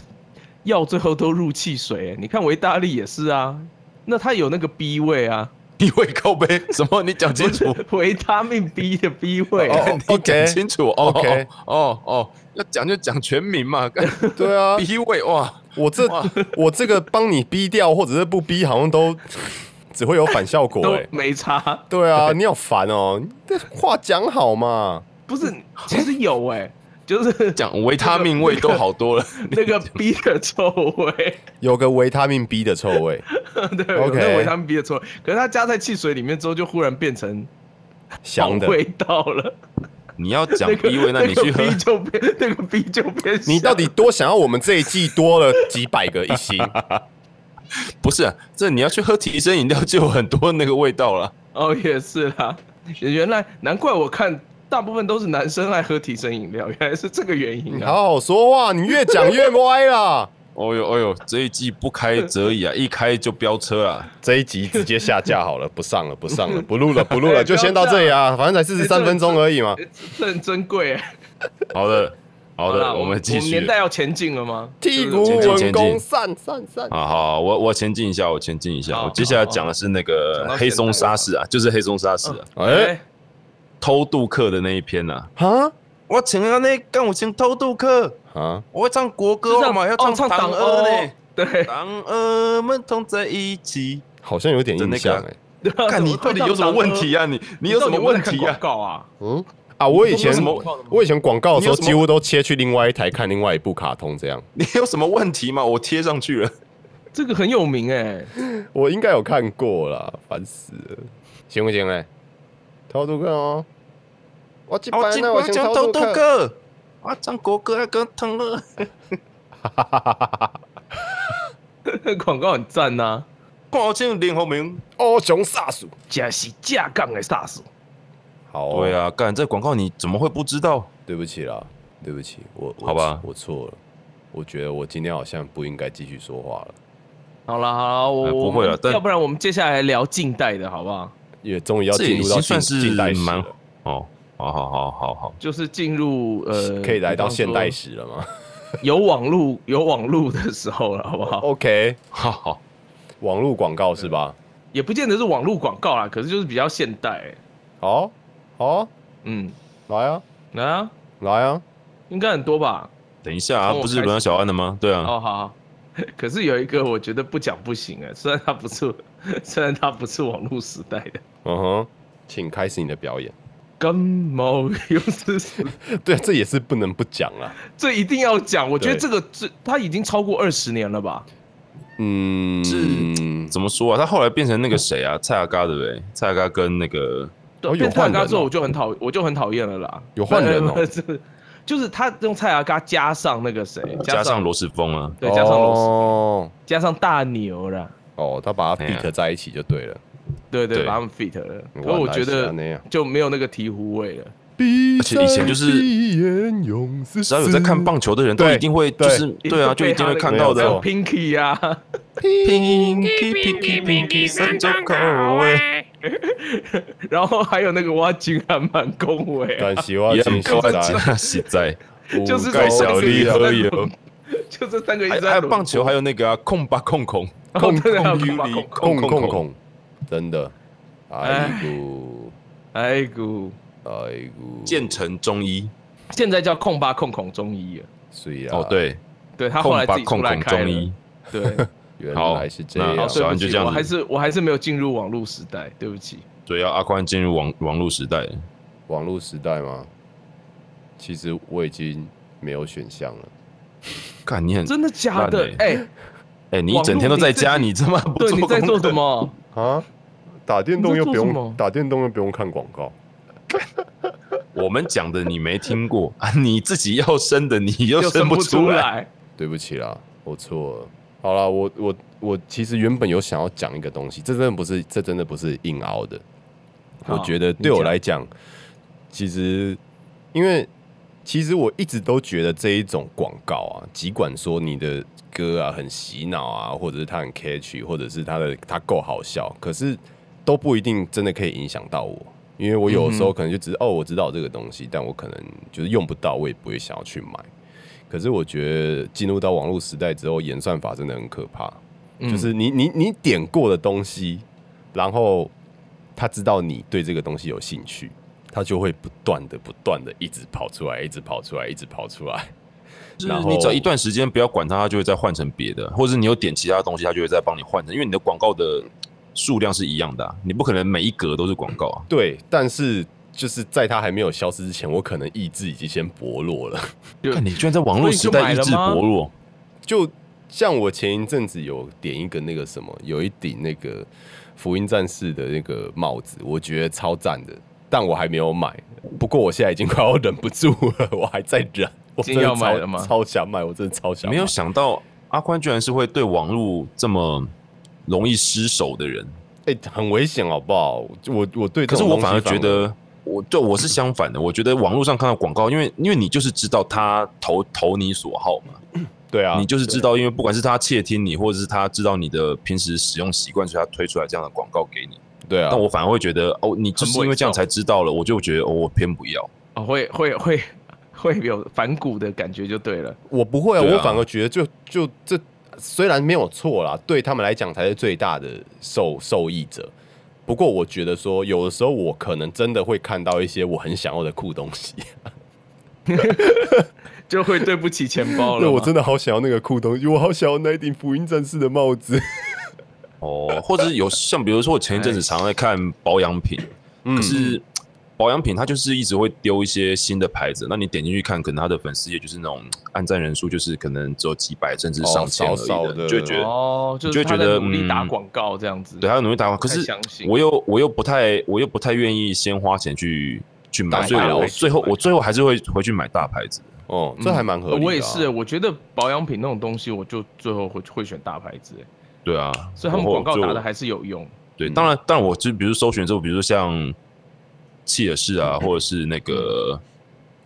Speaker 2: 药最后都入汽水欸，你看维大利也是啊，那它有那个 B 位啊，
Speaker 3: 你会靠背什么？你讲 清楚。
Speaker 2: 维他命 B 的 B 位啊、
Speaker 1: 哦
Speaker 3: 你
Speaker 1: OK
Speaker 3: 讲清楚哦
Speaker 1: OK
Speaker 3: 哦哦哦，要讲就讲全 名嘛。干
Speaker 1: 对 啊，
Speaker 3: 逼位哇，
Speaker 1: 我这
Speaker 3: 哇
Speaker 1: 我这个帮你逼掉或者是不逼，好像都只会有反效果
Speaker 2: 都
Speaker 1: 哎。
Speaker 2: 没差，
Speaker 1: 对啊，你好烦哦！你这话讲好嘛，
Speaker 2: 不是，其实有哎、就是
Speaker 3: 讲维他命味都好多了。
Speaker 2: 那个 B 的臭味，
Speaker 1: 有个维他命 B 的臭味，
Speaker 2: 对，有
Speaker 1: OK
Speaker 2: 那个维他命 B 的臭味，可是它加在汽水里面之后，就忽然变成好
Speaker 1: 香的。
Speaker 2: 味道了。
Speaker 3: 你要讲
Speaker 2: 那个
Speaker 3: 逼位，那你去喝
Speaker 2: 那个 B 就变 那个 B 就变香，
Speaker 1: 你到底多想要我们这一季多了几百个一 星？
Speaker 3: 不是啊？这你要去喝提神饮料，就有很多那个味道了。
Speaker 2: 哦，也是啦，原来难怪我看大部分都是男生爱喝提神饮料，原来是这个原因
Speaker 1: 你
Speaker 2: 啊。
Speaker 1: 好好说话，你越讲越歪啦。
Speaker 3: 哦呦哦呦，这一季不开则已啊，一开就飙车啊！
Speaker 1: 这一集直接下架好了，不上了，不上了，不录了， 不录了，
Speaker 2: 哎
Speaker 1: 就先到这里啊，反正才四十三分钟而已嘛。
Speaker 2: 诶这很珍贵。欸
Speaker 3: 好的，好
Speaker 2: 啦
Speaker 3: 的，
Speaker 2: 我
Speaker 3: 我们继
Speaker 2: 我
Speaker 3: 续
Speaker 2: 年。代要前进了吗？
Speaker 1: 剔
Speaker 2: 就
Speaker 1: 骨
Speaker 2: 是
Speaker 1: 文
Speaker 3: 前进前
Speaker 1: 工
Speaker 3: 进
Speaker 1: 散散散，
Speaker 3: 啊，好，我我前进一下，我前进一下。
Speaker 2: 好
Speaker 3: 我接下来讲的是那
Speaker 2: 好
Speaker 3: 个
Speaker 2: 好
Speaker 3: 黑松沙士啊，就是黑松沙士啊，
Speaker 1: 哎
Speaker 2: 哎，
Speaker 3: 偷渡客的那一篇啊。
Speaker 1: 啊，
Speaker 3: 我请啊那干我请偷渡客，
Speaker 1: 啊，
Speaker 3: 我会唱国歌
Speaker 2: 是
Speaker 3: 好吗？要
Speaker 2: 哦
Speaker 3: 唱
Speaker 2: 唱
Speaker 3: 党
Speaker 2: 党
Speaker 3: 歌
Speaker 2: 哦
Speaker 3: 呢，，
Speaker 2: 对，
Speaker 3: 党呃们同在一起。
Speaker 1: 好像有点
Speaker 3: 就那
Speaker 1: 印
Speaker 3: 个
Speaker 1: 象哎、
Speaker 3: 看你到底有什么问题啊？你你有什么问题
Speaker 2: 啊？
Speaker 3: 啊？
Speaker 2: 告啊，
Speaker 1: 嗯啊，我以前
Speaker 3: 你有什么
Speaker 1: 我以前广告的时候
Speaker 3: 你有什么
Speaker 1: 几乎都切去另外一台看另外一部卡通这样。
Speaker 3: 你有什么问题吗？我贴上去了。
Speaker 2: 这个很有名哎、
Speaker 1: 我应该有看过啦，烦死了，行不行嘞、偷渡客哦，我去
Speaker 3: 啊我今
Speaker 1: 呢，我
Speaker 3: 晚
Speaker 1: 先
Speaker 3: 讲
Speaker 1: 偷
Speaker 3: 偷渡
Speaker 1: 客，
Speaker 3: 客，我唱国歌要跟疼了。
Speaker 2: 广告很赞呐、啊，
Speaker 3: 我进林鸿明。
Speaker 1: 哦，熊煞鼠，
Speaker 2: 真是架杠的 SARS。
Speaker 1: 好、哦，
Speaker 3: 对，啊，干这广告你怎么会不知道？
Speaker 1: 对不起啦，对不起，我我
Speaker 3: 好吧
Speaker 1: 我错了，我觉得我今天好像不应该继续说话了，
Speaker 2: 好了好了，我、
Speaker 3: 哎不
Speaker 2: 我
Speaker 3: 会
Speaker 2: 们
Speaker 3: 了但
Speaker 2: 要不然我们接下来聊近代的好不好？
Speaker 1: 因为终于要
Speaker 3: 这
Speaker 1: 进
Speaker 3: 已
Speaker 1: 入到
Speaker 3: 经
Speaker 1: 近
Speaker 3: 算是
Speaker 1: 近代史
Speaker 3: 蛮
Speaker 1: 了，
Speaker 3: 哦，好好好好好，
Speaker 2: 就是进入呃，
Speaker 1: 可以来到现代
Speaker 2: 史，
Speaker 1: 史了吗
Speaker 2: 有网路有网路的时候了，好不好？
Speaker 1: ？OK，
Speaker 3: 好好。
Speaker 1: 网络广告是吧？
Speaker 2: 也不见得是网路广告啦，可是就是比较现代、
Speaker 1: 好，好啊，
Speaker 2: 嗯，
Speaker 1: 来啊，
Speaker 2: 来啊，
Speaker 1: 来啊，
Speaker 2: 应该很多吧？
Speaker 3: 等一下啊，
Speaker 2: 从我
Speaker 3: 不是轮到小安了吗？对啊，
Speaker 2: 哦，好好。 可是有一个我觉得不讲不行哎、虽然它不是， 虽然它不是网络时代的，
Speaker 1: 嗯哼，请开始你的表演。
Speaker 2: 感冒又是死
Speaker 1: 对，啊这也是不能不讲啊。
Speaker 2: 这一定要讲，我觉得
Speaker 1: 对
Speaker 2: 这个这它已经超过二十年了吧？
Speaker 1: 嗯，
Speaker 3: 是怎么说啊？他后来变成那个谁啊，蔡阿嘎对不对？蔡阿嘎跟那个
Speaker 2: 对，
Speaker 1: 哦有
Speaker 2: 变蔡
Speaker 1: 换
Speaker 2: 阿
Speaker 1: 人
Speaker 2: 嘎之后
Speaker 1: 哦
Speaker 2: 我就很讨，我就很讨厌了啦。
Speaker 1: 有换人哦
Speaker 2: 不 是，不是就是他用蔡阿嘎加上那个谁，
Speaker 3: 哦加上
Speaker 2: 罗，
Speaker 3: 罗世峰啊，
Speaker 2: 对，加上罗斯，
Speaker 1: 哦
Speaker 2: 加上大牛啦，
Speaker 1: 哦，他把它
Speaker 3: 哎呀
Speaker 1: fit 在一起就对了。
Speaker 2: 对对，
Speaker 3: 对
Speaker 2: 把他们 fit 了。可
Speaker 1: 原
Speaker 2: 是
Speaker 1: 来
Speaker 2: 我
Speaker 1: 是
Speaker 2: 觉得
Speaker 1: 那样
Speaker 2: 就没有那个鹈鹕味了。
Speaker 1: 而
Speaker 3: 且以前就是只要有在看棒球的人，都
Speaker 1: 对
Speaker 3: 一定会就
Speaker 1: 对
Speaker 3: 是对啊，就一定会看到
Speaker 1: 没有
Speaker 3: 的
Speaker 1: 错。
Speaker 2: Pinky 啊，
Speaker 3: Pinky Pinky Pinky 三种口味，
Speaker 2: 然后还有那个挖金还蛮恭维啊，
Speaker 1: 但是我
Speaker 3: 也
Speaker 1: 真
Speaker 3: 很
Speaker 1: 实
Speaker 3: 高
Speaker 1: 在，
Speaker 3: 级，实在。
Speaker 2: 就是
Speaker 3: 盖
Speaker 2: 从
Speaker 3: 小
Speaker 2: 这个
Speaker 3: 丽
Speaker 2: 一直
Speaker 3: 喝
Speaker 2: 在
Speaker 3: 油
Speaker 2: 轮，就这三个一
Speaker 3: 还
Speaker 2: 直
Speaker 3: 有还
Speaker 2: 在
Speaker 3: 有
Speaker 2: 轮
Speaker 3: 棒球，
Speaker 2: 播
Speaker 3: 还有那个啊，控吧控控，
Speaker 2: 哦
Speaker 1: 控
Speaker 2: 对啊
Speaker 3: 控
Speaker 2: 控吧
Speaker 3: 尤
Speaker 2: 控
Speaker 3: 里
Speaker 2: 吧
Speaker 1: 空
Speaker 3: 空
Speaker 1: 空
Speaker 3: 空
Speaker 1: 空，真的，哎姑
Speaker 2: 哎姑，
Speaker 1: 哎姑，
Speaker 3: 建成中医
Speaker 2: 现在叫控吧控孔中医了，
Speaker 1: 虽然
Speaker 3: 哦，，对，
Speaker 2: 对他
Speaker 3: 控
Speaker 2: 后来
Speaker 3: 吧
Speaker 2: 自己
Speaker 3: 控
Speaker 2: 出来
Speaker 3: 控
Speaker 2: 开
Speaker 3: 中
Speaker 2: 了
Speaker 3: 医，，
Speaker 2: 对。
Speaker 1: 原
Speaker 3: 好
Speaker 1: 来是这
Speaker 3: 那
Speaker 1: 样
Speaker 2: 好，。对
Speaker 3: 哦小
Speaker 2: 不
Speaker 3: 安就
Speaker 2: 起，
Speaker 3: 这样
Speaker 2: 我
Speaker 3: 子
Speaker 2: 还是我还是没有进入网络时代，对不起。
Speaker 3: 所以要阿宽进入网网络时代了。
Speaker 1: 网络时代吗？其实我已经没有选项了。
Speaker 3: 看你很
Speaker 2: 真的假的
Speaker 3: 烂？
Speaker 2: 哎、
Speaker 3: 哎，你一整天都在家，
Speaker 2: 网络
Speaker 3: 你他妈不
Speaker 2: 对，你在做
Speaker 3: 功课
Speaker 2: 什？么？
Speaker 1: 啊，打电动
Speaker 2: 你在
Speaker 1: 又
Speaker 2: 做
Speaker 1: 不
Speaker 2: 什么
Speaker 1: 用打电动又不用看广告，
Speaker 3: 我们讲的你没听过啊，你自己要生的你又
Speaker 2: 又
Speaker 3: 生
Speaker 2: 生
Speaker 3: 不
Speaker 2: 出
Speaker 3: 出来。
Speaker 2: 来。
Speaker 1: 对不起啦，我错了。好啦，我我我其实原本有想要讲一个东西，这真的不是，这真的不是硬凹的。
Speaker 2: 好
Speaker 1: 我觉得对我来讲，其实因为其实我一直都觉得这一种广告啊，尽管说你的歌啊很洗脑啊，或者是它很 catchy，或者是它的它够好笑，可是都不一定真的可以影响到我。因为我有时候可能就只是、哦，我知道这个东西，但我可能就是用不到，我也不会想要去买。可是我觉得进入到网络时代之后，演算法真的很可怕。
Speaker 2: 嗯
Speaker 1: 就是你你你点过的东西，然后他知道你对这个东西有兴趣，他就会不断的不断的一直跑出来，一直跑出来，一直跑出来。
Speaker 3: 就是
Speaker 1: 然后
Speaker 3: 你只要一段时间不要管它，它就会再换成别的，或者你有点其他东西，它就会再帮你换成，因为你的广告的数量是一样的啊、你不可能每一格都是广告啊。
Speaker 1: 对，但是就是在他还没有消失之前，我可能意志已经先薄弱了。
Speaker 3: 看你居然在网络时代意志薄弱，
Speaker 1: 就像我前一阵子有点一个那个什么，有一顶那个福音战士的那个帽子，我觉得超赞的，但我还没有买。不过我现在已经快要忍不住了，我还在忍。我
Speaker 2: 已经
Speaker 1: 真的
Speaker 2: 要买
Speaker 1: 超
Speaker 2: 了吗
Speaker 1: 超想买，我真的超想买。
Speaker 3: 没有想到阿宽居然是会对网络这么容易失手的人。
Speaker 1: 哎、很危险，好不好？我我对这
Speaker 3: 可是
Speaker 1: 种
Speaker 3: 我
Speaker 1: 东西
Speaker 3: 反而觉得，我对我是相反的，我觉得网络上看到广告，因为因为你就是知道他投投你所好嘛，
Speaker 1: 对啊，
Speaker 3: 你就是知道，因为不管是他窃听你，或者是他知道你的平时使用习惯，所以他推出来这样的广告给你。
Speaker 1: 对啊
Speaker 3: 但，我反而会觉得，哦，你就是因为这样才知道了，我就觉得，哦，我偏不要。
Speaker 2: 哦，会会会会有反骨的感觉就对了。
Speaker 1: 我不会、啊，
Speaker 3: 对啊
Speaker 1: 我反而觉得就就这虽然没有错啦，对他们来讲才是最大的受受益者。不过我觉得说，有的时候我可能真的会看到一些我很想要的酷东西，
Speaker 2: 就会对不起钱包了
Speaker 1: 那
Speaker 2: 嘛。
Speaker 1: 我真的好想要那个酷东西，我好想要那一顶福音战士的帽子。
Speaker 3: 哦，或者是有像比如说我前一阵子常在看保养品，
Speaker 1: 嗯
Speaker 3: 可是保养品它就是一直会丢一些新的牌子，那你点进去看，可能它的粉丝页就是那种按赞人数就是可能只有几百甚至上千而
Speaker 1: 哦少少
Speaker 3: 已
Speaker 1: 的
Speaker 3: 的，就会觉得
Speaker 2: 哦，就
Speaker 3: 就是会
Speaker 2: 他
Speaker 3: 觉
Speaker 2: 在
Speaker 3: 得
Speaker 2: 努力打
Speaker 3: 嗯
Speaker 2: 广告这样子。
Speaker 3: 对，还有努力打广告，可
Speaker 2: 太
Speaker 3: 是
Speaker 2: 相信
Speaker 3: 我又我又不太我又不太愿意先花钱去去买，
Speaker 1: 大
Speaker 3: 所以
Speaker 1: 牌
Speaker 3: 我
Speaker 1: 牌
Speaker 2: 子
Speaker 3: 最后
Speaker 2: 买
Speaker 3: 我最后还是会回去买大牌子。
Speaker 1: 哦，
Speaker 2: 嗯
Speaker 1: 这还蛮合理的、
Speaker 3: 啊
Speaker 2: 我也是，，我觉得保养品那种东西，我就最后会会选大牌子，欸
Speaker 3: 对啊，
Speaker 2: 所以他们
Speaker 3: 然
Speaker 2: 广
Speaker 3: 后
Speaker 2: 告
Speaker 3: 就
Speaker 2: 打的还是有用。
Speaker 3: 对。
Speaker 1: 嗯
Speaker 3: 当然，当然我就比如说搜寻之后，比如说像契尔氏啊，或者是那个，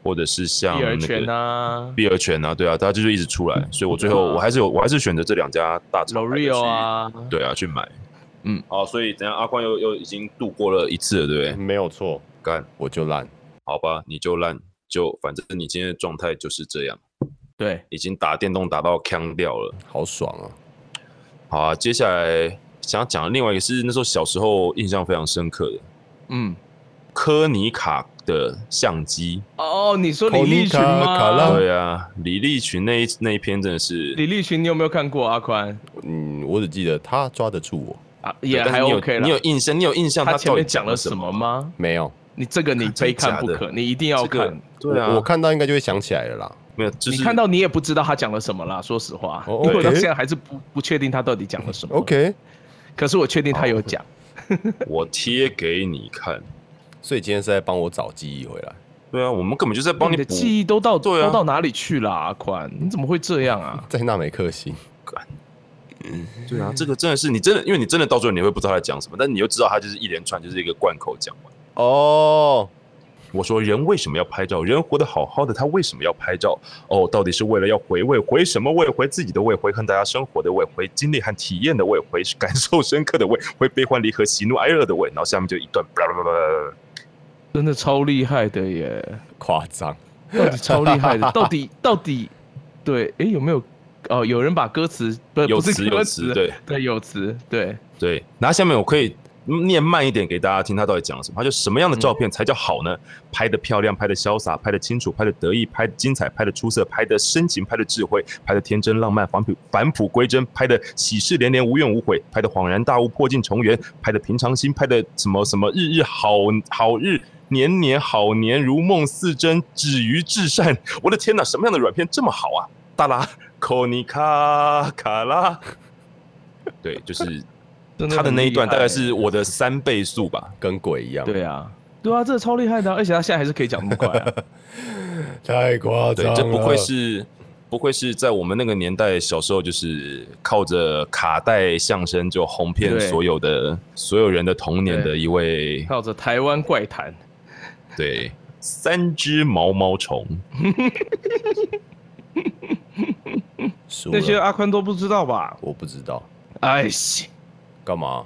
Speaker 3: 或者是像
Speaker 2: 碧
Speaker 3: 那
Speaker 2: 尔
Speaker 3: 个
Speaker 2: 泉啊
Speaker 3: 碧尔泉啊，对啊，它就是一直出来，所以我最后
Speaker 2: 对啊
Speaker 3: 我还是有我还是选择这两家大厂牌的
Speaker 2: ，L'Oreal 啊，
Speaker 3: 去，对啊，去买。
Speaker 2: 嗯，
Speaker 3: 好，哦所以等一下阿光又又已经度过了一次了，对不对？
Speaker 1: 没有错，
Speaker 3: 干，
Speaker 1: 我就烂。
Speaker 3: 好吧，你就烂，就反正你今天的状态就是这样。
Speaker 2: 对，
Speaker 3: 已经打电动打到呛掉了。
Speaker 1: 好爽啊！
Speaker 3: 好啊，接下来想要讲的另外一个是那时候小时候印象非常深刻的
Speaker 2: 嗯，
Speaker 3: 科尼卡的相机。
Speaker 2: 哦，你说李
Speaker 1: 口尼
Speaker 2: 立群
Speaker 1: 卡卡拉
Speaker 2: 吗？
Speaker 3: 对啊，李立群那一那一篇真的是，
Speaker 2: 李立群，你有没有看过阿宽
Speaker 1: 嗯，我只记得他抓得住我，
Speaker 2: 啊？
Speaker 3: 对
Speaker 2: 也
Speaker 3: 但
Speaker 2: 还
Speaker 3: 是你有
Speaker 2: OK 了。
Speaker 3: 你有印象？你有印象
Speaker 2: 他前
Speaker 3: 到底
Speaker 2: 面讲了
Speaker 3: 了
Speaker 2: 什么
Speaker 3: 么？啊
Speaker 2: 吗？
Speaker 1: 没有。
Speaker 2: 你这个你
Speaker 3: 真
Speaker 2: 非看
Speaker 3: 假
Speaker 2: 不
Speaker 3: 的
Speaker 2: 可，你一定要
Speaker 3: 这个
Speaker 2: 看。
Speaker 3: 对啊，
Speaker 1: 我我看到应该就会想起来了啦。
Speaker 3: 没有，就是
Speaker 2: 你看到你也不知道他讲了什么啦，说实话，
Speaker 1: 哦
Speaker 2: 因为我到
Speaker 1: OK
Speaker 2: 现在还是不不确定他到底讲了什么。
Speaker 1: OK，
Speaker 2: 可是我确定他
Speaker 3: 哦
Speaker 2: 有讲。
Speaker 3: 我贴给你看。
Speaker 1: 所以今天是在帮我找记忆回来。
Speaker 3: 对啊，我们根本就是在帮
Speaker 2: 你
Speaker 3: 你
Speaker 2: 的
Speaker 3: 补。
Speaker 2: 记忆都到、
Speaker 3: 对啊
Speaker 2: 都到哪里去了、阿宽？你怎么会这样啊？
Speaker 1: 在纳美克星，
Speaker 3: 对啊，这个真的是你真的，因为你真的到最后你会不知道他在讲什么，但你又知道他就是一连串就是一个贯口讲完。
Speaker 1: 哦，
Speaker 3: 我说人为什么要拍照？人活得好好的，他为什么要拍照？哦，到底是为了要回味，回什么味？回自己的味，回和大家生活的味，回经历和体验的味，回感受深刻的味，回悲欢离合、喜怒哀乐的味。然后下面就一段，叭叭叭叭
Speaker 2: 呃
Speaker 3: 叭叭
Speaker 2: 真的超厉害的耶！
Speaker 1: 夸张，
Speaker 2: 到底超厉害的，到底到底对？诶，有没有？哦，有人把歌词不
Speaker 3: 有
Speaker 2: 不是
Speaker 3: 词
Speaker 2: 歌
Speaker 3: 有词，对
Speaker 2: 对有词对，
Speaker 3: 对。然后下面我可以念慢一点给大家听，他到底讲了什么？他就什么样的照片才叫好呢？拍的漂亮，拍的潇洒，拍的清楚，拍的得意，拍的精彩，拍的出色，拍的深情，拍的智慧，拍的天真浪漫，返璞返璞归真，拍的喜事连连，无怨无悔，拍的恍然大悟，破镜重圆，拍的平常心，拍的什么什么日日好好日。年年好年如梦似真，止于至善。我的天哪，什么样的软片这么好啊？大拉口尼卡卡拉，对，就是
Speaker 2: 真的
Speaker 3: 他的
Speaker 2: 很
Speaker 3: 那一
Speaker 2: 厉
Speaker 3: 段大概
Speaker 2: 害
Speaker 3: 是我的三倍速吧。
Speaker 1: 跟鬼一样，
Speaker 2: 对啊对啊，这个超厉害的啊、而且他现在还是可以讲那么快 啊！
Speaker 1: 太夸
Speaker 3: 对，这不愧是不愧是在我们那个年代小时候，就是靠着卡带相声就红遍
Speaker 2: 对
Speaker 3: 所有的所有人的童年的
Speaker 2: 对
Speaker 3: 一位，
Speaker 2: 靠着台湾怪谈，
Speaker 3: 对，三只毛毛虫。啊
Speaker 1: 输
Speaker 2: 那些
Speaker 1: 了，
Speaker 2: 阿宽都不知道吧？
Speaker 1: 我不知道
Speaker 2: 哎西，
Speaker 1: 干嘛，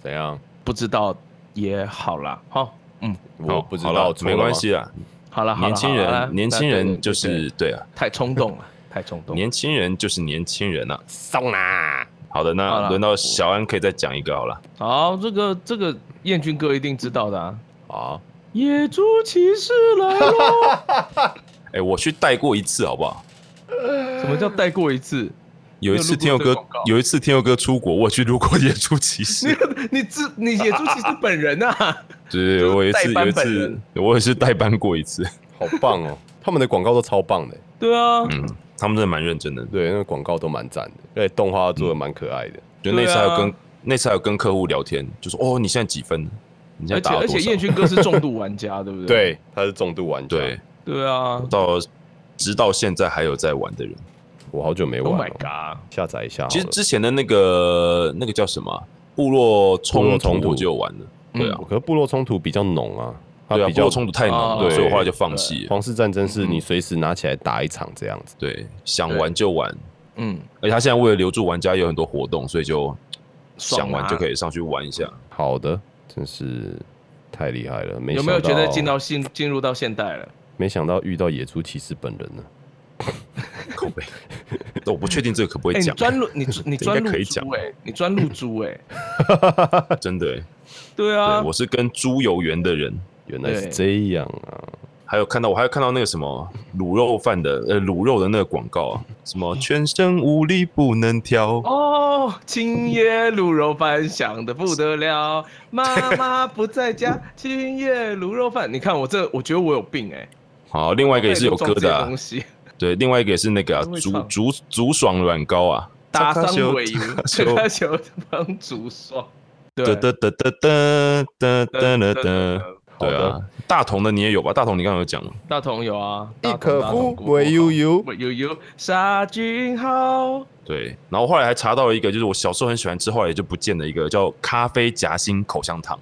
Speaker 1: 怎样，
Speaker 2: 不知道也好啦。好，嗯，
Speaker 1: 我不知
Speaker 3: 好好
Speaker 1: 道
Speaker 3: 了，没关，系啊，
Speaker 2: 好了，好啦
Speaker 3: 年轻
Speaker 2: 好啦
Speaker 3: 人，年
Speaker 2: 那
Speaker 3: 轻
Speaker 2: 对
Speaker 3: 人
Speaker 2: 对
Speaker 3: 就
Speaker 2: 对
Speaker 3: 是对啊，
Speaker 2: 太冲动了， 太冲动了。
Speaker 3: 年轻人就是年轻人啊。
Speaker 1: 送啦，
Speaker 3: 好的，
Speaker 2: 好
Speaker 3: 那
Speaker 2: 啦
Speaker 3: 轮到小安可以再讲一个好了。
Speaker 2: 好，这个这个燕军哥一定知道的啊。
Speaker 1: 啊，
Speaker 2: 野猪骑士来喽！
Speaker 3: 哎，我去带过一次好不好？
Speaker 2: 什么叫带过一次？
Speaker 3: 有一次
Speaker 2: 你
Speaker 3: 天
Speaker 2: 有
Speaker 3: 佑
Speaker 2: 录过这个
Speaker 3: 哥
Speaker 2: 广告，
Speaker 3: 有一次天佑哥出国，我去路过野猪 骑士。
Speaker 2: 你自你野猪骑士本人啊？
Speaker 3: 对，
Speaker 2: 就是
Speaker 3: 我有一次
Speaker 2: 代班
Speaker 3: 有一
Speaker 2: 本
Speaker 3: 次
Speaker 2: 人，
Speaker 3: 我也是代班过一次。
Speaker 1: 好棒哦， 他们的广告都超棒的，
Speaker 2: 对啊，
Speaker 3: 嗯，他们真的蛮认真的，
Speaker 1: 对，那个广告都蛮赞的，而且动画做的蛮可爱的，
Speaker 3: 就
Speaker 2: 对啊
Speaker 3: 那次还有跟、那次还有跟客户聊天，就说哦，你现在几分？你现在
Speaker 2: 而且
Speaker 3: 打到
Speaker 2: 而且
Speaker 3: 多
Speaker 2: 燕
Speaker 3: 少？
Speaker 2: 军哥是重度玩家，对不对？
Speaker 1: 对，他是重度玩家，
Speaker 3: 对，，
Speaker 2: 对 啊
Speaker 3: 到直到现在还有在玩的人。
Speaker 1: 我好久
Speaker 3: 啊
Speaker 1: 没
Speaker 2: ！Oh
Speaker 1: 玩
Speaker 2: my
Speaker 1: 了，
Speaker 2: god！
Speaker 1: 下载一下好了，
Speaker 3: 其实之前的那个那个叫什么啊部落
Speaker 1: 部
Speaker 3: 冲
Speaker 1: 落冲
Speaker 3: 突
Speaker 1: 突
Speaker 3: 我就有玩了，对啊，
Speaker 1: 嗯可是部落冲突比较浓啊，它
Speaker 3: 对啊，
Speaker 1: 比
Speaker 3: 部
Speaker 1: 较
Speaker 3: 落冲突嗯太浓
Speaker 2: 啊
Speaker 3: 了，所以
Speaker 1: 对
Speaker 3: 我后来就放弃了。
Speaker 1: 皇室战争是你随时拿起来打一场这样子，
Speaker 3: 对，想玩就玩，
Speaker 2: 嗯，
Speaker 3: 而且他现在为了留住玩家有很多活动，所以就
Speaker 2: 爽啊
Speaker 3: 想玩就可以上去玩一下。
Speaker 1: 好的，真是太厉害了，没
Speaker 2: 有
Speaker 1: 想
Speaker 2: 没有觉得进到现进入到现代了？
Speaker 1: 没想到遇到野猪骑士本人呢，
Speaker 3: 口碑，我不确定这个可不可
Speaker 2: 哎，
Speaker 3: 以
Speaker 2: 你
Speaker 3: 讲，
Speaker 2: 专录你你
Speaker 3: 这应该
Speaker 2: 专录
Speaker 3: 可以讲
Speaker 2: 猪哎，你专录猪哎，
Speaker 3: 真的欸。
Speaker 2: 对啊啊
Speaker 3: 对，我，是跟猪有缘的人。
Speaker 1: 原来是这样啊，
Speaker 3: 还有看到我还有看到那个什么卤肉饭的呃卤肉的那个广告啊，什么全身无力不能跳，
Speaker 2: 哦，青叶卤肉饭想的不得 了，妈妈不在家，青叶卤肉饭。你看我这，我觉得我有病哎、欸。
Speaker 3: 好，另外一个也是有
Speaker 2: 装
Speaker 3: 歌
Speaker 2: 这些
Speaker 3: 的、啊
Speaker 2: 东， 西，
Speaker 3: 对，另外一个也是那个、啊
Speaker 2: 真、会
Speaker 3: 竹
Speaker 2: 唱
Speaker 3: 竹竹爽软膏啊，
Speaker 2: 打
Speaker 3: 糟糕羞
Speaker 2: 伤尾鱼，
Speaker 3: 羞
Speaker 2: 这他球帮竹爽。对
Speaker 3: 得得得得得得得得得，
Speaker 1: 好
Speaker 3: 对啊
Speaker 1: 的，
Speaker 3: 大同的你也有吧？大同你刚刚有讲了，
Speaker 2: 大同有啊，
Speaker 1: 一可夫
Speaker 2: 唯
Speaker 1: 为悠悠，
Speaker 2: 唯悠悠杀菌好。
Speaker 3: 对。然后后来还查到了一个，就是我小时候很喜欢吃，后来也就不见了一个叫咖啡夹心口香糖。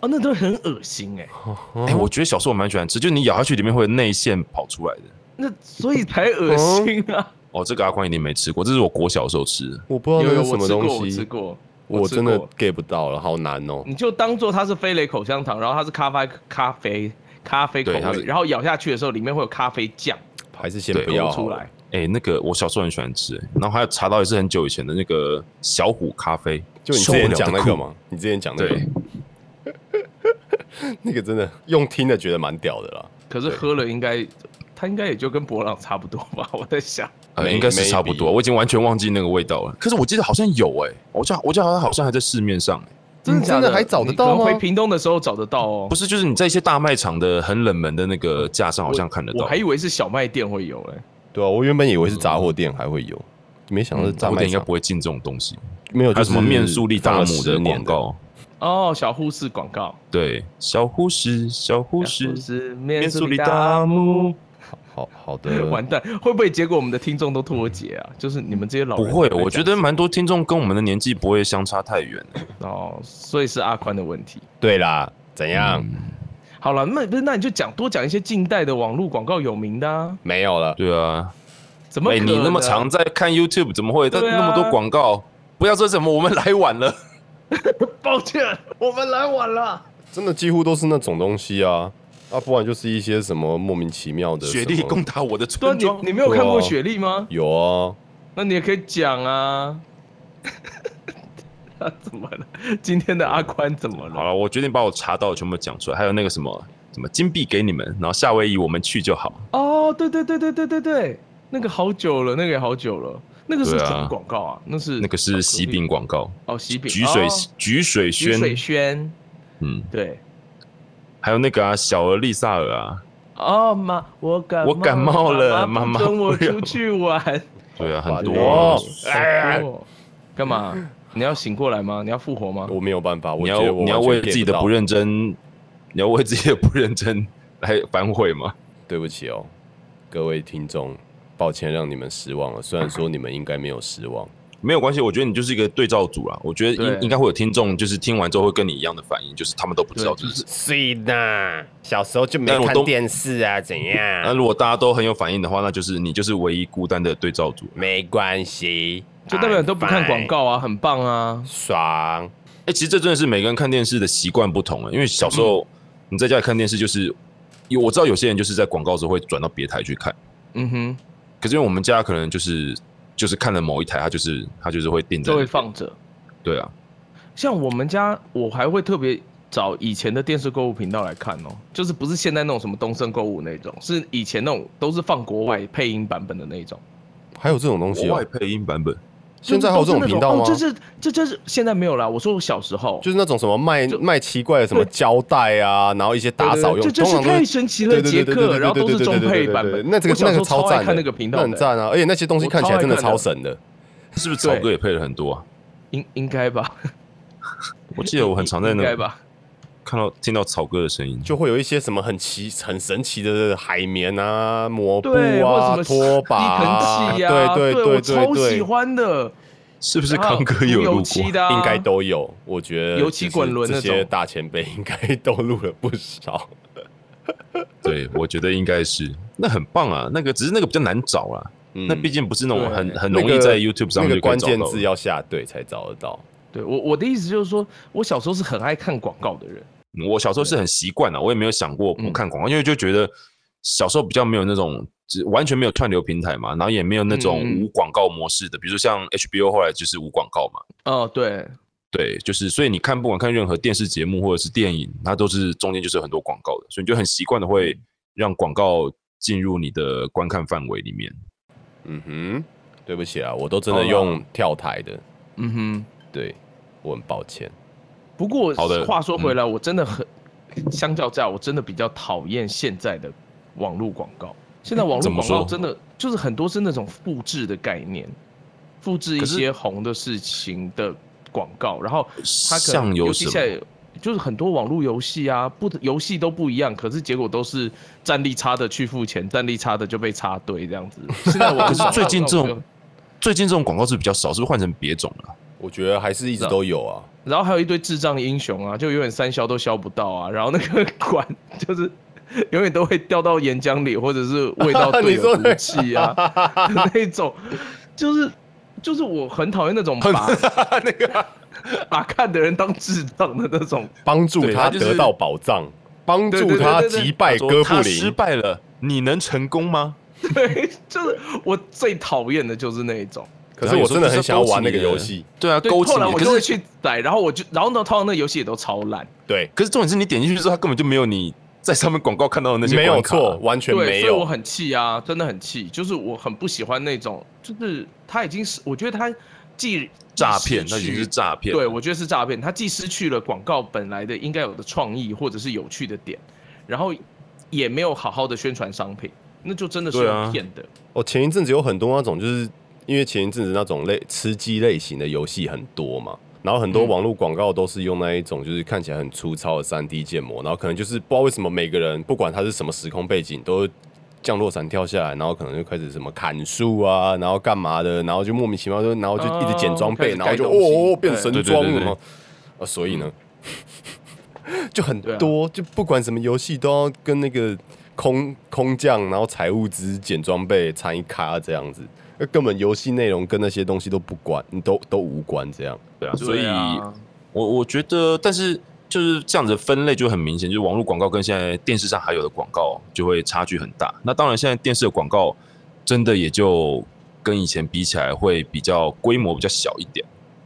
Speaker 2: 哦，那都很恶心哎、
Speaker 1: 啊
Speaker 3: 哎、
Speaker 1: 哦
Speaker 3: 我觉得小时候我蛮喜欢吃，就是你咬下去里面会有内馅跑出来的。
Speaker 2: 那所以才恶心啊。
Speaker 3: 哦，这个阿宽一定没吃过，这是我国小的时候吃的。
Speaker 1: 我不知道
Speaker 2: 有
Speaker 1: 那
Speaker 2: 有
Speaker 1: 是什
Speaker 2: 我
Speaker 1: 么
Speaker 2: 吃
Speaker 1: 东
Speaker 2: 过，我吃
Speaker 1: 西，
Speaker 2: 过，
Speaker 1: 我
Speaker 2: 吃
Speaker 1: 真的
Speaker 2: 过
Speaker 1: get 不到了，好难哦。
Speaker 2: 你就当做它是飞雷口香糖，然后它是咖啡咖啡咖啡口
Speaker 3: 对它
Speaker 2: 味，
Speaker 3: 是
Speaker 2: 然后咬下去的时候里面会有咖啡酱
Speaker 1: 还是先
Speaker 3: 对
Speaker 1: 不
Speaker 2: 流
Speaker 1: 要
Speaker 2: 出
Speaker 1: 好了
Speaker 2: 来。
Speaker 3: 哎、那个我小时候很喜欢吃、哎然后还有查到也是很久以前的那个小虎咖啡，
Speaker 1: 就你之
Speaker 3: 受不了
Speaker 1: 前
Speaker 3: 的
Speaker 1: 讲那
Speaker 3: 苦
Speaker 1: 个？嘛，你之前讲那
Speaker 3: 对
Speaker 1: 个， 那个真的用听的觉得蛮屌的啦。
Speaker 2: 可是喝了应该，它应该也就跟博朗差不多吧， 我在想。
Speaker 3: 呃，
Speaker 1: May-
Speaker 3: 应该是差不
Speaker 1: maybe
Speaker 3: 多，我已经完全忘记那个味道了。可是我记得好像有哎、我记得我记得好像好像还在市面上、哎
Speaker 2: 真的
Speaker 1: 你
Speaker 2: 假
Speaker 1: 真的还找得到吗
Speaker 2: 你可能回屏东的时候找得到哦
Speaker 3: 不。是就是你在一些大卖场的很冷门的那个架上好像看得
Speaker 2: 我
Speaker 3: 到
Speaker 2: 还，以为是小卖店会有欸嘞。
Speaker 1: 对啊，我原本以为是杂货店还会有，没想到是
Speaker 3: 嗯
Speaker 1: 炸
Speaker 3: 我
Speaker 1: 卖
Speaker 3: 店应该
Speaker 1: 场，
Speaker 3: 不会进这种东西。
Speaker 1: 没有
Speaker 3: 还有
Speaker 1: 就
Speaker 3: 什么
Speaker 1: 是
Speaker 3: 面速力
Speaker 1: 放
Speaker 3: 大
Speaker 1: 了
Speaker 3: 姆的
Speaker 1: 10年
Speaker 3: 广告？
Speaker 2: 哦，小护士广告，
Speaker 3: 对，小护士，小护士，
Speaker 2: 是
Speaker 3: 面
Speaker 2: 面
Speaker 3: 速
Speaker 2: 苏
Speaker 3: 力
Speaker 2: 里
Speaker 3: 大
Speaker 2: 达。，
Speaker 3: 姆。
Speaker 1: 好好的
Speaker 2: 完蛋，会不会结果我们的听众都脱节啊？就是你们这些老
Speaker 3: 不
Speaker 2: 人
Speaker 3: 会，
Speaker 2: 在讲
Speaker 3: 我觉得蛮多听众跟我们的年纪不会相差太远。
Speaker 2: 哦，所以是阿宽的问题。
Speaker 1: 对啦，怎样？
Speaker 2: 好了，那那你就讲多讲一些近代的网络广告有名的啊？
Speaker 1: 没有了，
Speaker 3: 对啊，
Speaker 2: 怎么可
Speaker 3: 哎，
Speaker 2: 能、啊
Speaker 3: 你那么常在看 YouTube，怎么会？但
Speaker 2: 对啊
Speaker 3: 那么多广告，不要说什么我们来晚了。
Speaker 2: 抱歉，我们来晚了。
Speaker 1: 真的几乎都是那种东西啊，啊，不然就是一些什么莫名其妙的
Speaker 3: 雪莉
Speaker 1: 什么
Speaker 3: 攻打我的
Speaker 2: 对啊，
Speaker 3: 村庄
Speaker 2: 你，你没有看过
Speaker 1: 对啊
Speaker 2: 雪莉吗？
Speaker 1: 有啊，
Speaker 2: 那你也可以讲啊。他怎么了？今天的阿宽怎么
Speaker 3: 好
Speaker 2: 了？
Speaker 3: 了，我决定把我查到的全部讲出来，还有那个什么什么金币给你们，然后夏威夷我们去就好。
Speaker 2: 哦，对对对对对对对，那个好久了，那个也好久了。那个是
Speaker 3: 对啊
Speaker 2: 什么广告啊？那是
Speaker 3: 那
Speaker 2: 巧克
Speaker 3: 个是
Speaker 2: 力
Speaker 3: 喜饼广告，
Speaker 2: 哦，喜饼
Speaker 3: 菊水
Speaker 2: 哦
Speaker 3: 菊水
Speaker 2: 菊
Speaker 3: 轩，
Speaker 2: 水轩，
Speaker 3: 嗯，
Speaker 2: 对。
Speaker 3: 还有那个啊小儿丽萨尔啊，
Speaker 2: 哦妈，我感
Speaker 3: 我感冒了
Speaker 2: 妈
Speaker 3: 妈妈
Speaker 2: 不跟我
Speaker 3: 不要
Speaker 2: 出去 玩。
Speaker 3: 对啊，
Speaker 1: 好吧
Speaker 3: 很
Speaker 1: 对
Speaker 3: 多。
Speaker 2: 哎，干嘛？你要醒过来吗？你要复活吗？
Speaker 1: 我没有办法，我
Speaker 3: 你
Speaker 1: 觉
Speaker 3: 要
Speaker 1: 得我
Speaker 3: 你要
Speaker 1: 完全
Speaker 3: 为
Speaker 1: get
Speaker 3: 自己的
Speaker 1: 到
Speaker 3: 不，认真，你要为自己的不认真来反悔吗？
Speaker 1: 对不起哦，各位听众，抱歉让你们失望了，虽然说你们应该没有失望。
Speaker 3: 没有关系，我觉得你就是一个对照组啦。我觉得
Speaker 2: 对
Speaker 3: 应应该会有听众，就是听完之后会跟你一样的反应，就是他们都不知道这是什么。
Speaker 1: 是的，小时候就没
Speaker 3: 但我都
Speaker 1: 电视啊，怎
Speaker 3: 那
Speaker 1: 样？
Speaker 3: 如果大家都很有反应的话，那就是你就是唯一孤单的对照组。
Speaker 1: 没关系，
Speaker 2: 就代表你都不看广，告啊，很棒啊。
Speaker 1: 爽。
Speaker 3: 哎、其实这真的是每个人看电视的习惯不同了、欸因为小时
Speaker 2: 嗯
Speaker 3: 候你在家里看电视，就是有我知道有些人就是在广告的时候会转到别台去看，
Speaker 2: 嗯哼，
Speaker 3: 可是因为我们家可能就是就是看了某一台，它就是它就是会定在
Speaker 2: 就会放着。
Speaker 3: 对啊，
Speaker 2: 像我们家，我还会特别找以前的电视购物频道来看哦，就是不是现在那种什么东森购物那种，是以前那种都是放国外配音版本的那种。
Speaker 1: 还有这种东西
Speaker 3: 国
Speaker 1: 哦
Speaker 3: 外？配音版本。
Speaker 1: 现在还有这种频道吗？
Speaker 2: 就是都是那种哦这是这就是现在没有啦。我说我小时候，
Speaker 1: 就是那种什么卖
Speaker 2: 就
Speaker 1: 卖奇怪的什么胶带啊，然后一些打扫用，
Speaker 2: 这真是
Speaker 1: 通常都
Speaker 2: 太神奇了，
Speaker 1: 对对
Speaker 2: 杰
Speaker 1: 对对对
Speaker 2: 克，
Speaker 1: 对
Speaker 2: 然后都
Speaker 1: 对对
Speaker 2: 是
Speaker 1: 对
Speaker 2: 中
Speaker 1: 对对
Speaker 2: 配
Speaker 1: 对
Speaker 2: 版
Speaker 1: 对
Speaker 2: 本。
Speaker 1: 那这个
Speaker 2: 我小
Speaker 1: 那
Speaker 2: 时
Speaker 1: 个
Speaker 2: 候超
Speaker 1: 超
Speaker 2: 爱
Speaker 1: 赞
Speaker 2: 看
Speaker 1: 的，
Speaker 2: 那个频
Speaker 1: 那
Speaker 2: 道
Speaker 1: 很
Speaker 2: 的，
Speaker 1: 赞啊！而且那些东西
Speaker 2: 我
Speaker 1: 看起
Speaker 2: 超
Speaker 1: 来
Speaker 2: 爱
Speaker 1: 真的
Speaker 2: 看的
Speaker 1: 超神的。
Speaker 3: 是不是草哥也配了很多啊？
Speaker 2: 应应该吧？
Speaker 3: 我记得我很常在
Speaker 2: 应该
Speaker 3: 那
Speaker 2: 吧？
Speaker 3: 看到听到草哥的声音，
Speaker 1: 就会有一些什么很奇、很神奇的海绵啊、抹布
Speaker 2: 对，或者什
Speaker 1: 啊、
Speaker 2: 么
Speaker 1: 拖把
Speaker 2: 吸
Speaker 1: 啊，
Speaker 2: 尘器啊，
Speaker 1: 对
Speaker 2: 我
Speaker 1: 对
Speaker 2: 超喜
Speaker 1: 对对，
Speaker 2: 欢的。
Speaker 3: 是不是康哥也有
Speaker 2: 然后涂油
Speaker 3: 路过
Speaker 2: 漆？的啊
Speaker 1: 应该都有。我觉得
Speaker 2: 油漆
Speaker 1: 就是
Speaker 2: 滚轮那
Speaker 1: 这
Speaker 2: 种
Speaker 1: 些大前辈应该都录了不少。
Speaker 3: 对，我觉得应该是。那很棒啊，那个只是那个比较难找啦。
Speaker 1: 嗯
Speaker 3: 那毕竟不是那种
Speaker 2: 对
Speaker 3: 很很
Speaker 1: 那
Speaker 3: 容易
Speaker 1: 个
Speaker 3: 在 YouTube 上
Speaker 1: 那
Speaker 3: 面
Speaker 1: 个
Speaker 3: 就可以
Speaker 1: 关
Speaker 3: 找到
Speaker 1: 键
Speaker 3: 的。
Speaker 1: 字要下对才找得到。
Speaker 2: 对我我的意思就是说，我小时候是很爱看广告的人。
Speaker 3: 嗯我小时候是很习惯了，啊我也没有想过不
Speaker 2: 嗯
Speaker 3: 看广告，因为就觉得小时候比较没有那种只完全没有串流平台嘛，然后也没有那种
Speaker 2: 嗯嗯
Speaker 3: 无广告模式的，比如说像 HBO 后来就是无广告嘛。
Speaker 2: 哦，对，
Speaker 3: 对，就是所以你
Speaker 2: 嗯
Speaker 3: 看，不管看任何电视节目或者是电影，它都是中间就是有很多广告的，所以你就很习惯的会让广告进入你的观看范围里面。
Speaker 1: 嗯哼，对不起啊，我都真的用跳台的，
Speaker 2: 嗯哼。
Speaker 1: 对我很抱歉。
Speaker 2: 不过
Speaker 3: 好的嗯
Speaker 2: 话说回来，我真的很，相较之下，我真的比较讨厌现在的网络广告。现在网
Speaker 3: 怎
Speaker 2: 络
Speaker 3: 么
Speaker 2: 广告
Speaker 3: 说
Speaker 2: 真的就是很多是那种复制的概念，复制一
Speaker 3: 可是
Speaker 2: 些红的事情的广告，然后它可
Speaker 3: 像
Speaker 2: 能
Speaker 3: 有
Speaker 2: 尤其
Speaker 3: 什
Speaker 2: 现在就是很多网络游戏啊，不游戏都不一样，可是结果都是战力差的去付钱，战力差的就被插队这样子。现在网络
Speaker 3: 可是
Speaker 2: 广告
Speaker 3: 最近这
Speaker 2: 就
Speaker 3: 种最近这种广告是比较少，是不是换成别种了？
Speaker 1: 我觉得还是一直都有啊。
Speaker 2: 然后还有一堆智障英雄啊，就永远三消都消不到啊，然后那个管就是 永远都会掉到岩浆里，或者是喂 到队
Speaker 1: 你
Speaker 2: 友
Speaker 1: 说
Speaker 2: 毒
Speaker 1: 的
Speaker 2: 气啊那种，就是就是我很讨厌那种把
Speaker 3: 那个
Speaker 2: 把看的人当智障的那种，
Speaker 1: 帮助
Speaker 3: 对
Speaker 1: 他
Speaker 3: 他就是
Speaker 1: 得到宝藏，帮
Speaker 2: 对对
Speaker 1: 助
Speaker 2: 对
Speaker 1: 他
Speaker 2: 对对
Speaker 1: 击败哥布
Speaker 3: 他失
Speaker 1: 林。
Speaker 3: 败了，你能成功吗？
Speaker 2: 对，就是我最讨厌的就是那一种。
Speaker 1: 可是我真的很想要玩那个游戏。
Speaker 3: 对啊，
Speaker 2: 对，
Speaker 3: 勾起
Speaker 2: 后来
Speaker 3: 你。
Speaker 2: 我
Speaker 3: 可
Speaker 2: 就会
Speaker 3: 是
Speaker 2: 去载，然后我就然后呢，通常那游戏也都超烂，
Speaker 1: 对，
Speaker 3: 可是重点是你点进去之后，它根本就没有你在上面广告看到的那些
Speaker 1: 没有
Speaker 3: 关卡
Speaker 1: 错，完全
Speaker 2: 对，
Speaker 1: 没
Speaker 2: 所以我
Speaker 1: 有。
Speaker 2: 很气啊，真的很气，就是我很不喜欢那种，就是他已经是，我觉得他既
Speaker 3: 诈骗，
Speaker 2: 既
Speaker 3: 那
Speaker 2: 失
Speaker 3: 已经
Speaker 2: 去
Speaker 3: 是啊诈骗。
Speaker 2: 对，我觉得是诈骗，他既失去了广告本来的应该有的创意或者是有趣的点，然后也没有好好的宣传商品，那就真的是
Speaker 3: 对啊
Speaker 2: 用骗的。
Speaker 1: 我哦前一阵子有很多那种，就是因为前一阵子那种类吃鸡类型的游戏很多嘛，然后很多
Speaker 2: 嗯
Speaker 1: 网络广告都是用那一种，就是看起来很粗糙的三 D 建模，然后可能就是不知道为什么每个人不管他是什么时空背景都。降落伞跳下来，然后可能就开始什么砍树啊，然后干嘛的，然后就莫名其妙就，然后就一直捡装备，
Speaker 2: 哦
Speaker 1: 然后就
Speaker 2: 开始盖东西
Speaker 1: 哦哦变
Speaker 2: 对
Speaker 1: 神
Speaker 3: 对对
Speaker 1: 装
Speaker 3: 对
Speaker 1: 了
Speaker 3: 对
Speaker 1: 嘛。啊，所以呢， 就很
Speaker 2: 对啊
Speaker 1: 多，就不管什么游戏都要跟那个空空降，然后采物资、捡装备、参一咖这样子。那根本游戏内容跟那些东西都不管，你都都无关这样。
Speaker 3: 对啊，所以
Speaker 2: 对啊
Speaker 3: 我我觉得，但是就是这样子的分类就很明显，就是网络广告跟现在电视上还有的广告就会差距很大。那当然，现在电视的广告真的也就跟以前比起来会比较规模比较小一点。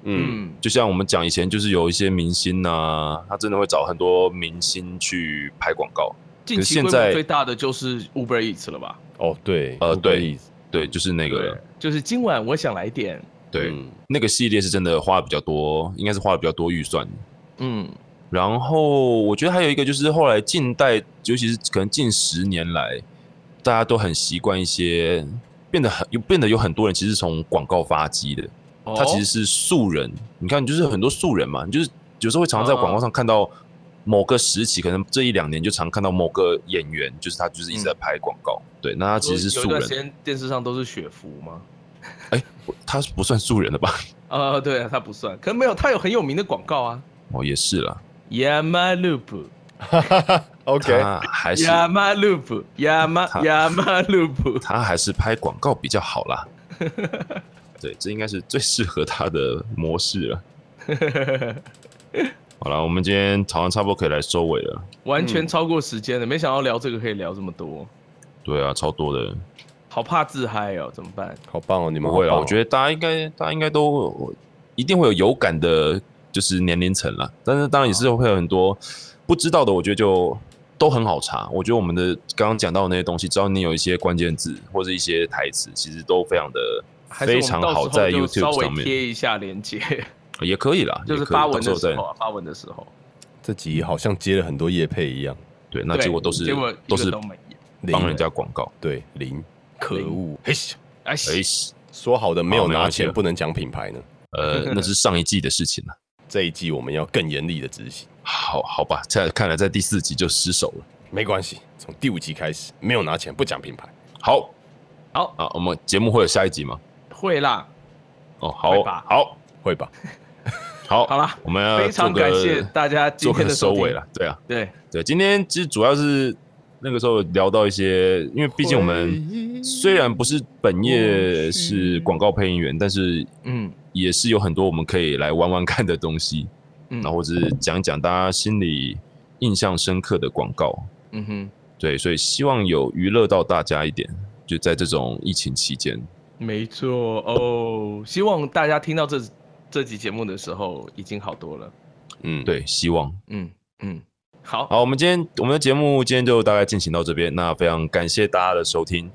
Speaker 1: 嗯，
Speaker 2: 嗯，
Speaker 3: 就像我们讲以前，就是有一些明星啊，他真的会找很多明星去拍广告。
Speaker 2: 近期
Speaker 3: 现
Speaker 2: 规模
Speaker 3: 在
Speaker 2: 最大的就是 Uber Eats 了吧？
Speaker 1: 哦对，
Speaker 3: 呃
Speaker 1: Uber
Speaker 3: 对
Speaker 1: Eats，
Speaker 3: 对，就是那个，
Speaker 2: 就是今晚我想来点，
Speaker 3: 对，
Speaker 1: 嗯
Speaker 3: 那个系列是真的花了比较多，应该是花了比较多预算的
Speaker 2: 嗯，
Speaker 3: 然后我觉得还有一个就是后来近代，尤其是可能近十年来，大家都很习惯一些变得很有变得有很多人其实从广告发迹的，他其实
Speaker 2: 实
Speaker 3: 是素人。你看，就是很多素人
Speaker 2: 嗯
Speaker 3: 嘛，你就是有时候会常常在广告上看到某个时期，可能这一两年就常看到某个演员，就是他就是一直在拍广告。对，那他其实是
Speaker 2: 有一
Speaker 3: 素
Speaker 2: 段时
Speaker 3: 人，
Speaker 2: 间电视上都是雪芙吗？
Speaker 3: 他不算素人的吧？
Speaker 2: 呃，对啊，他不算，可能没有，他有很有名的广告啊
Speaker 3: 哦，也是啦，
Speaker 2: ，Yamalup。
Speaker 1: ，OK，
Speaker 3: 他还是
Speaker 2: 亚马路普，亚马
Speaker 3: 他
Speaker 2: 亚马路 普，
Speaker 3: 他还是拍广告比较好啦。对，这应该是最适合他的模式 了。好了，我们今天讨论差不多可以来收尾了。
Speaker 2: 完
Speaker 3: 嗯
Speaker 2: 全超过时间了。没想到聊这个可以聊这么多，
Speaker 3: 对啊，超多的，
Speaker 2: 好怕自嗨哦，怎么办？
Speaker 1: 好棒哦，你们
Speaker 3: 不会
Speaker 1: 啊，
Speaker 3: 啊，我觉
Speaker 1: 得
Speaker 3: 得大家应该，大家应该都一定会有有感的，就是年龄层啦。但是当然也是会有很多不知道的，我觉得就都很好查。我觉得我们的刚刚讲到的那些东西，只要你有一些关键字或者一些台词，其实都非常的
Speaker 2: 还是
Speaker 3: 非
Speaker 2: 我们
Speaker 3: 常
Speaker 2: 到时
Speaker 3: 好，
Speaker 2: 候
Speaker 3: 在
Speaker 2: 就稍
Speaker 3: YouTube
Speaker 2: 微
Speaker 3: 上面
Speaker 2: 贴一下链 接，
Speaker 3: 也可以啦，
Speaker 2: 就是
Speaker 3: 也可以
Speaker 2: 发文
Speaker 3: 到
Speaker 2: 的
Speaker 3: 时候
Speaker 2: 时
Speaker 3: 再
Speaker 2: 候啊，发文的时候，
Speaker 1: 这集好像接了很多叶配一样，
Speaker 3: 对，那
Speaker 2: 对
Speaker 3: 结果都是
Speaker 2: 结果一个
Speaker 3: 都是
Speaker 2: 都没有。
Speaker 1: 零
Speaker 3: 帮人家广告。
Speaker 1: 对零，可恶，嘿西
Speaker 2: 哎，
Speaker 3: 哎，
Speaker 1: 说好的没有
Speaker 3: 好没
Speaker 1: 拿
Speaker 3: 关系啊
Speaker 1: 钱
Speaker 3: 了
Speaker 1: 不能讲品牌呢，
Speaker 3: 呃， 那是上一季的事情了。
Speaker 1: 这一季我们要更严厉的执行，
Speaker 3: 好好吧，在看来在第四集就失手了。
Speaker 1: 没关系，从第五集开始没有拿钱不讲品牌，
Speaker 3: 好
Speaker 2: 好
Speaker 3: 啊，我们节目会有下一集吗？
Speaker 2: 会啦，
Speaker 3: 哦，
Speaker 2: 会
Speaker 3: 好，
Speaker 2: 吧
Speaker 3: 好，
Speaker 1: 会吧？
Speaker 3: 好，
Speaker 2: 好啦
Speaker 3: 我们要
Speaker 2: 非常
Speaker 3: 呃做个
Speaker 2: 感谢大家今
Speaker 3: 做
Speaker 2: 天
Speaker 3: 个
Speaker 2: 的收
Speaker 3: 收
Speaker 2: 听
Speaker 3: 尾了。。对啊，
Speaker 2: 对，
Speaker 3: 对，今天其实主要是那个时候聊到一些，因 为毕竟我们嗯
Speaker 1: 们
Speaker 3: 虽然不是本业
Speaker 2: 哦
Speaker 1: 过去
Speaker 3: 是广告配音员，但是
Speaker 2: 嗯
Speaker 3: 也是有很多我们可以来玩玩看的东西。
Speaker 2: 嗯，
Speaker 3: 然后或者是讲一讲大家心里印象深刻的广告。
Speaker 2: 嗯哼，
Speaker 3: 对，所以希望有娱乐到大家一点，就在这种疫情期间。
Speaker 2: 没错哦。希望大家听到这这集节目的时候已经好多了。
Speaker 1: 嗯，
Speaker 3: 对，希望
Speaker 2: 嗯嗯，好，
Speaker 3: 好，我们今天我们的节目今天就大概进行到这边，那非常感谢大家的收听。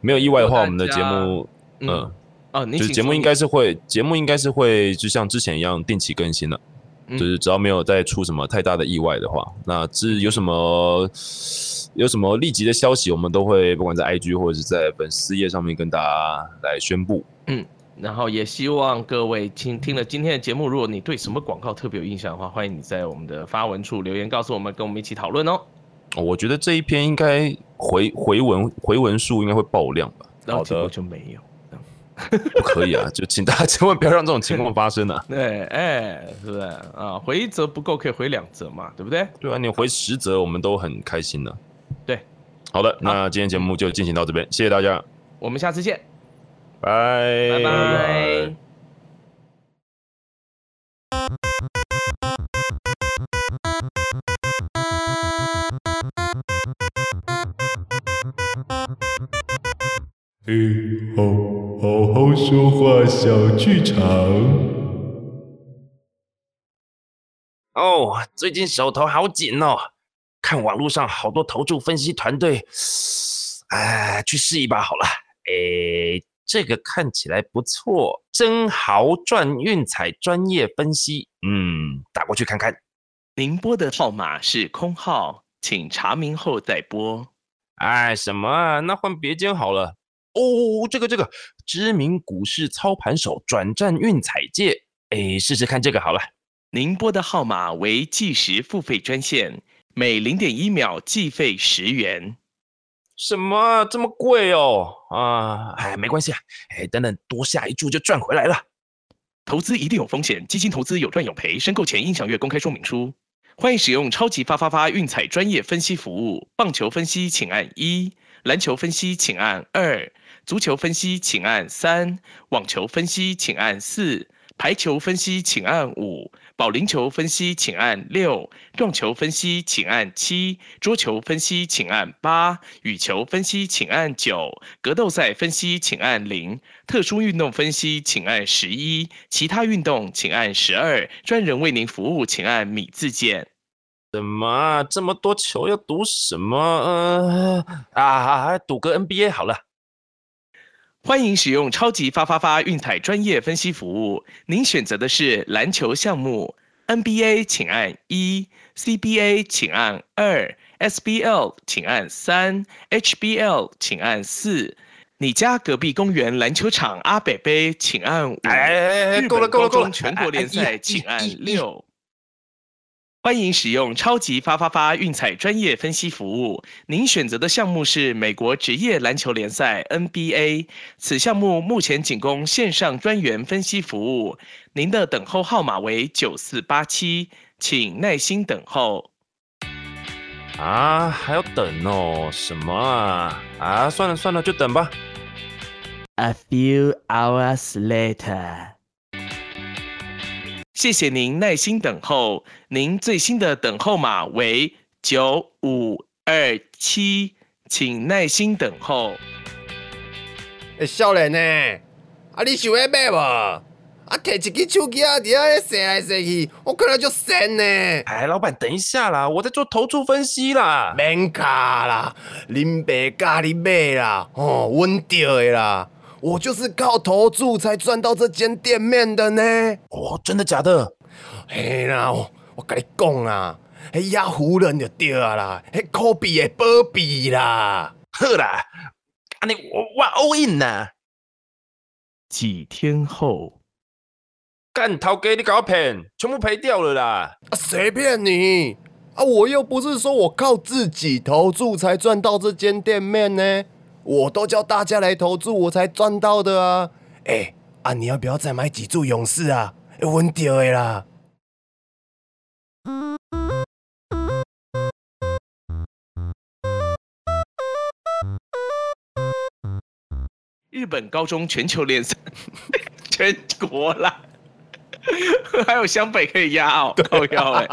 Speaker 3: 没有意外的话，我们的节目，
Speaker 2: 嗯，
Speaker 3: 嗯，
Speaker 2: 哦，你
Speaker 3: 就是
Speaker 2: 请
Speaker 3: 节目
Speaker 2: 说
Speaker 3: 应
Speaker 2: 你
Speaker 3: 该是会，节目应该是会，就像之前一样定期更新的，
Speaker 2: 嗯
Speaker 3: 就是只要没有再出什么太大的意外的话，那至于有什么有什么立即的消息，我们都会不管在 IG 或者是在粉丝页上面跟大家来宣布。
Speaker 2: 然后也希望各位听听了今天的节目，如果你对什么广告特别有印象的话，欢迎你在我们的发文处留言告诉我们，跟我们一起讨论哦。
Speaker 3: 哦我觉得这一篇应该回回文回文数应该会爆量吧？
Speaker 2: 然后
Speaker 1: 好的
Speaker 2: 结果就没有。
Speaker 3: 不可以啊，就请大家千万不要让这种情况发生啊！
Speaker 2: 对，哎，是不是啊？回一则不够，可以回两则嘛，对不对？
Speaker 3: 对啊，你回十则我们都很开心的。
Speaker 2: 对，
Speaker 3: 好的，那今天节目就进行到这边，谢谢大家，
Speaker 2: 我们下次见，
Speaker 3: 哎拜
Speaker 2: 拜拜。
Speaker 4: 嗯，好好好说话小剧场。
Speaker 3: 哦，最近手头好紧哦，看网络上好多投注分析团队，哎，去试一把好了。哎，这个看起来不错，真豪赚运彩专业分析，嗯，打过去看看。
Speaker 2: 您拨的号码是空号，请查明后再拨。
Speaker 3: 哎，什么啊？那换别间好了。哦，这个这个，知名股市操盘手转战运彩界，哎，试试看这个好了。
Speaker 2: 您拨的号码为计时付费专线，每零点一秒计费十元。
Speaker 3: 什么啊这么贵哦？啊，哎，没关系啊，哎，等等多下一注就赚回来了。
Speaker 2: 投资一定有风险，基金投资有赚有赔，申购前应详阅公开说明书。欢迎使用超级发发发运彩专业分析服务，棒球分析请按一，篮球分析请按二，足球分析请按三，网球分析请按四，排球分析请按五，保龄球分析请按六，撞球分析请按七，桌球分析请按八，羽球分析请按九，格斗赛分析请按零，特殊运动分析请按十一，其他运动请按十二，专人为您服务请按米字键。
Speaker 3: 什么啊这么多球要赌什么？呃，啊，赌个 NBA 好了。
Speaker 2: 欢迎使用超级发发发运彩专业分析服务，您选择的是篮球项目，NBA 请按一，CBA 请按二，SBL 请按三，HBL 请按四，你家隔壁公园篮球场阿北北请按五。
Speaker 3: 哎哎哎，
Speaker 2: 日
Speaker 3: 够了
Speaker 2: 本
Speaker 3: 够
Speaker 2: 高
Speaker 3: 了够了！
Speaker 2: 中全国联
Speaker 3: 哎哎
Speaker 2: 赛
Speaker 3: 一
Speaker 2: 请
Speaker 3: 一
Speaker 2: 按
Speaker 3: 一一
Speaker 2: 六。欢迎使用超级发发发运彩专业分析服务。您选择的项目是美国职业篮球联赛 NBA，此项目目前仅供线上专员分析服务。您的等候号码为九四八七，请耐心等候。
Speaker 3: 啊，还要等哦？什么啊？啊，算了算了，就等吧。
Speaker 2: A few hours later，谢谢您耐心等候。您最新的等候码为九五二七，请耐心等候。
Speaker 1: 诶，少年呢？啊，你想要买无？啊，摕一支手机啊，伫遐踅来踅去，我看了就神呢。
Speaker 3: 哎，老板，等一下啦，我在做投注分析啦。
Speaker 1: 免卡啦，恁爸教你买啦，吼、稳着的啦。我就是靠投注才赚到这间店面的呢。
Speaker 3: 哦，真的假的？
Speaker 1: 嘿啦，我我跟你讲啦，迄雅虎人就对啊啦，迄科比的宝贝啦。
Speaker 3: 呵啦，啊你我我 all in 呐！
Speaker 2: 几天后，
Speaker 3: 干头给你搞骗，全部赔掉了啦！
Speaker 1: 啊谁骗你？啊，我又不是说我靠自己投注才赚到这间店面呢，我都叫大家来投注，我才赚到的啊。哎、啊，你要不要再买几注勇士啊？会稳着的啦。
Speaker 2: 日本高中全球联赛， 啊全国啦，还有湘北可以压哦，够要哎、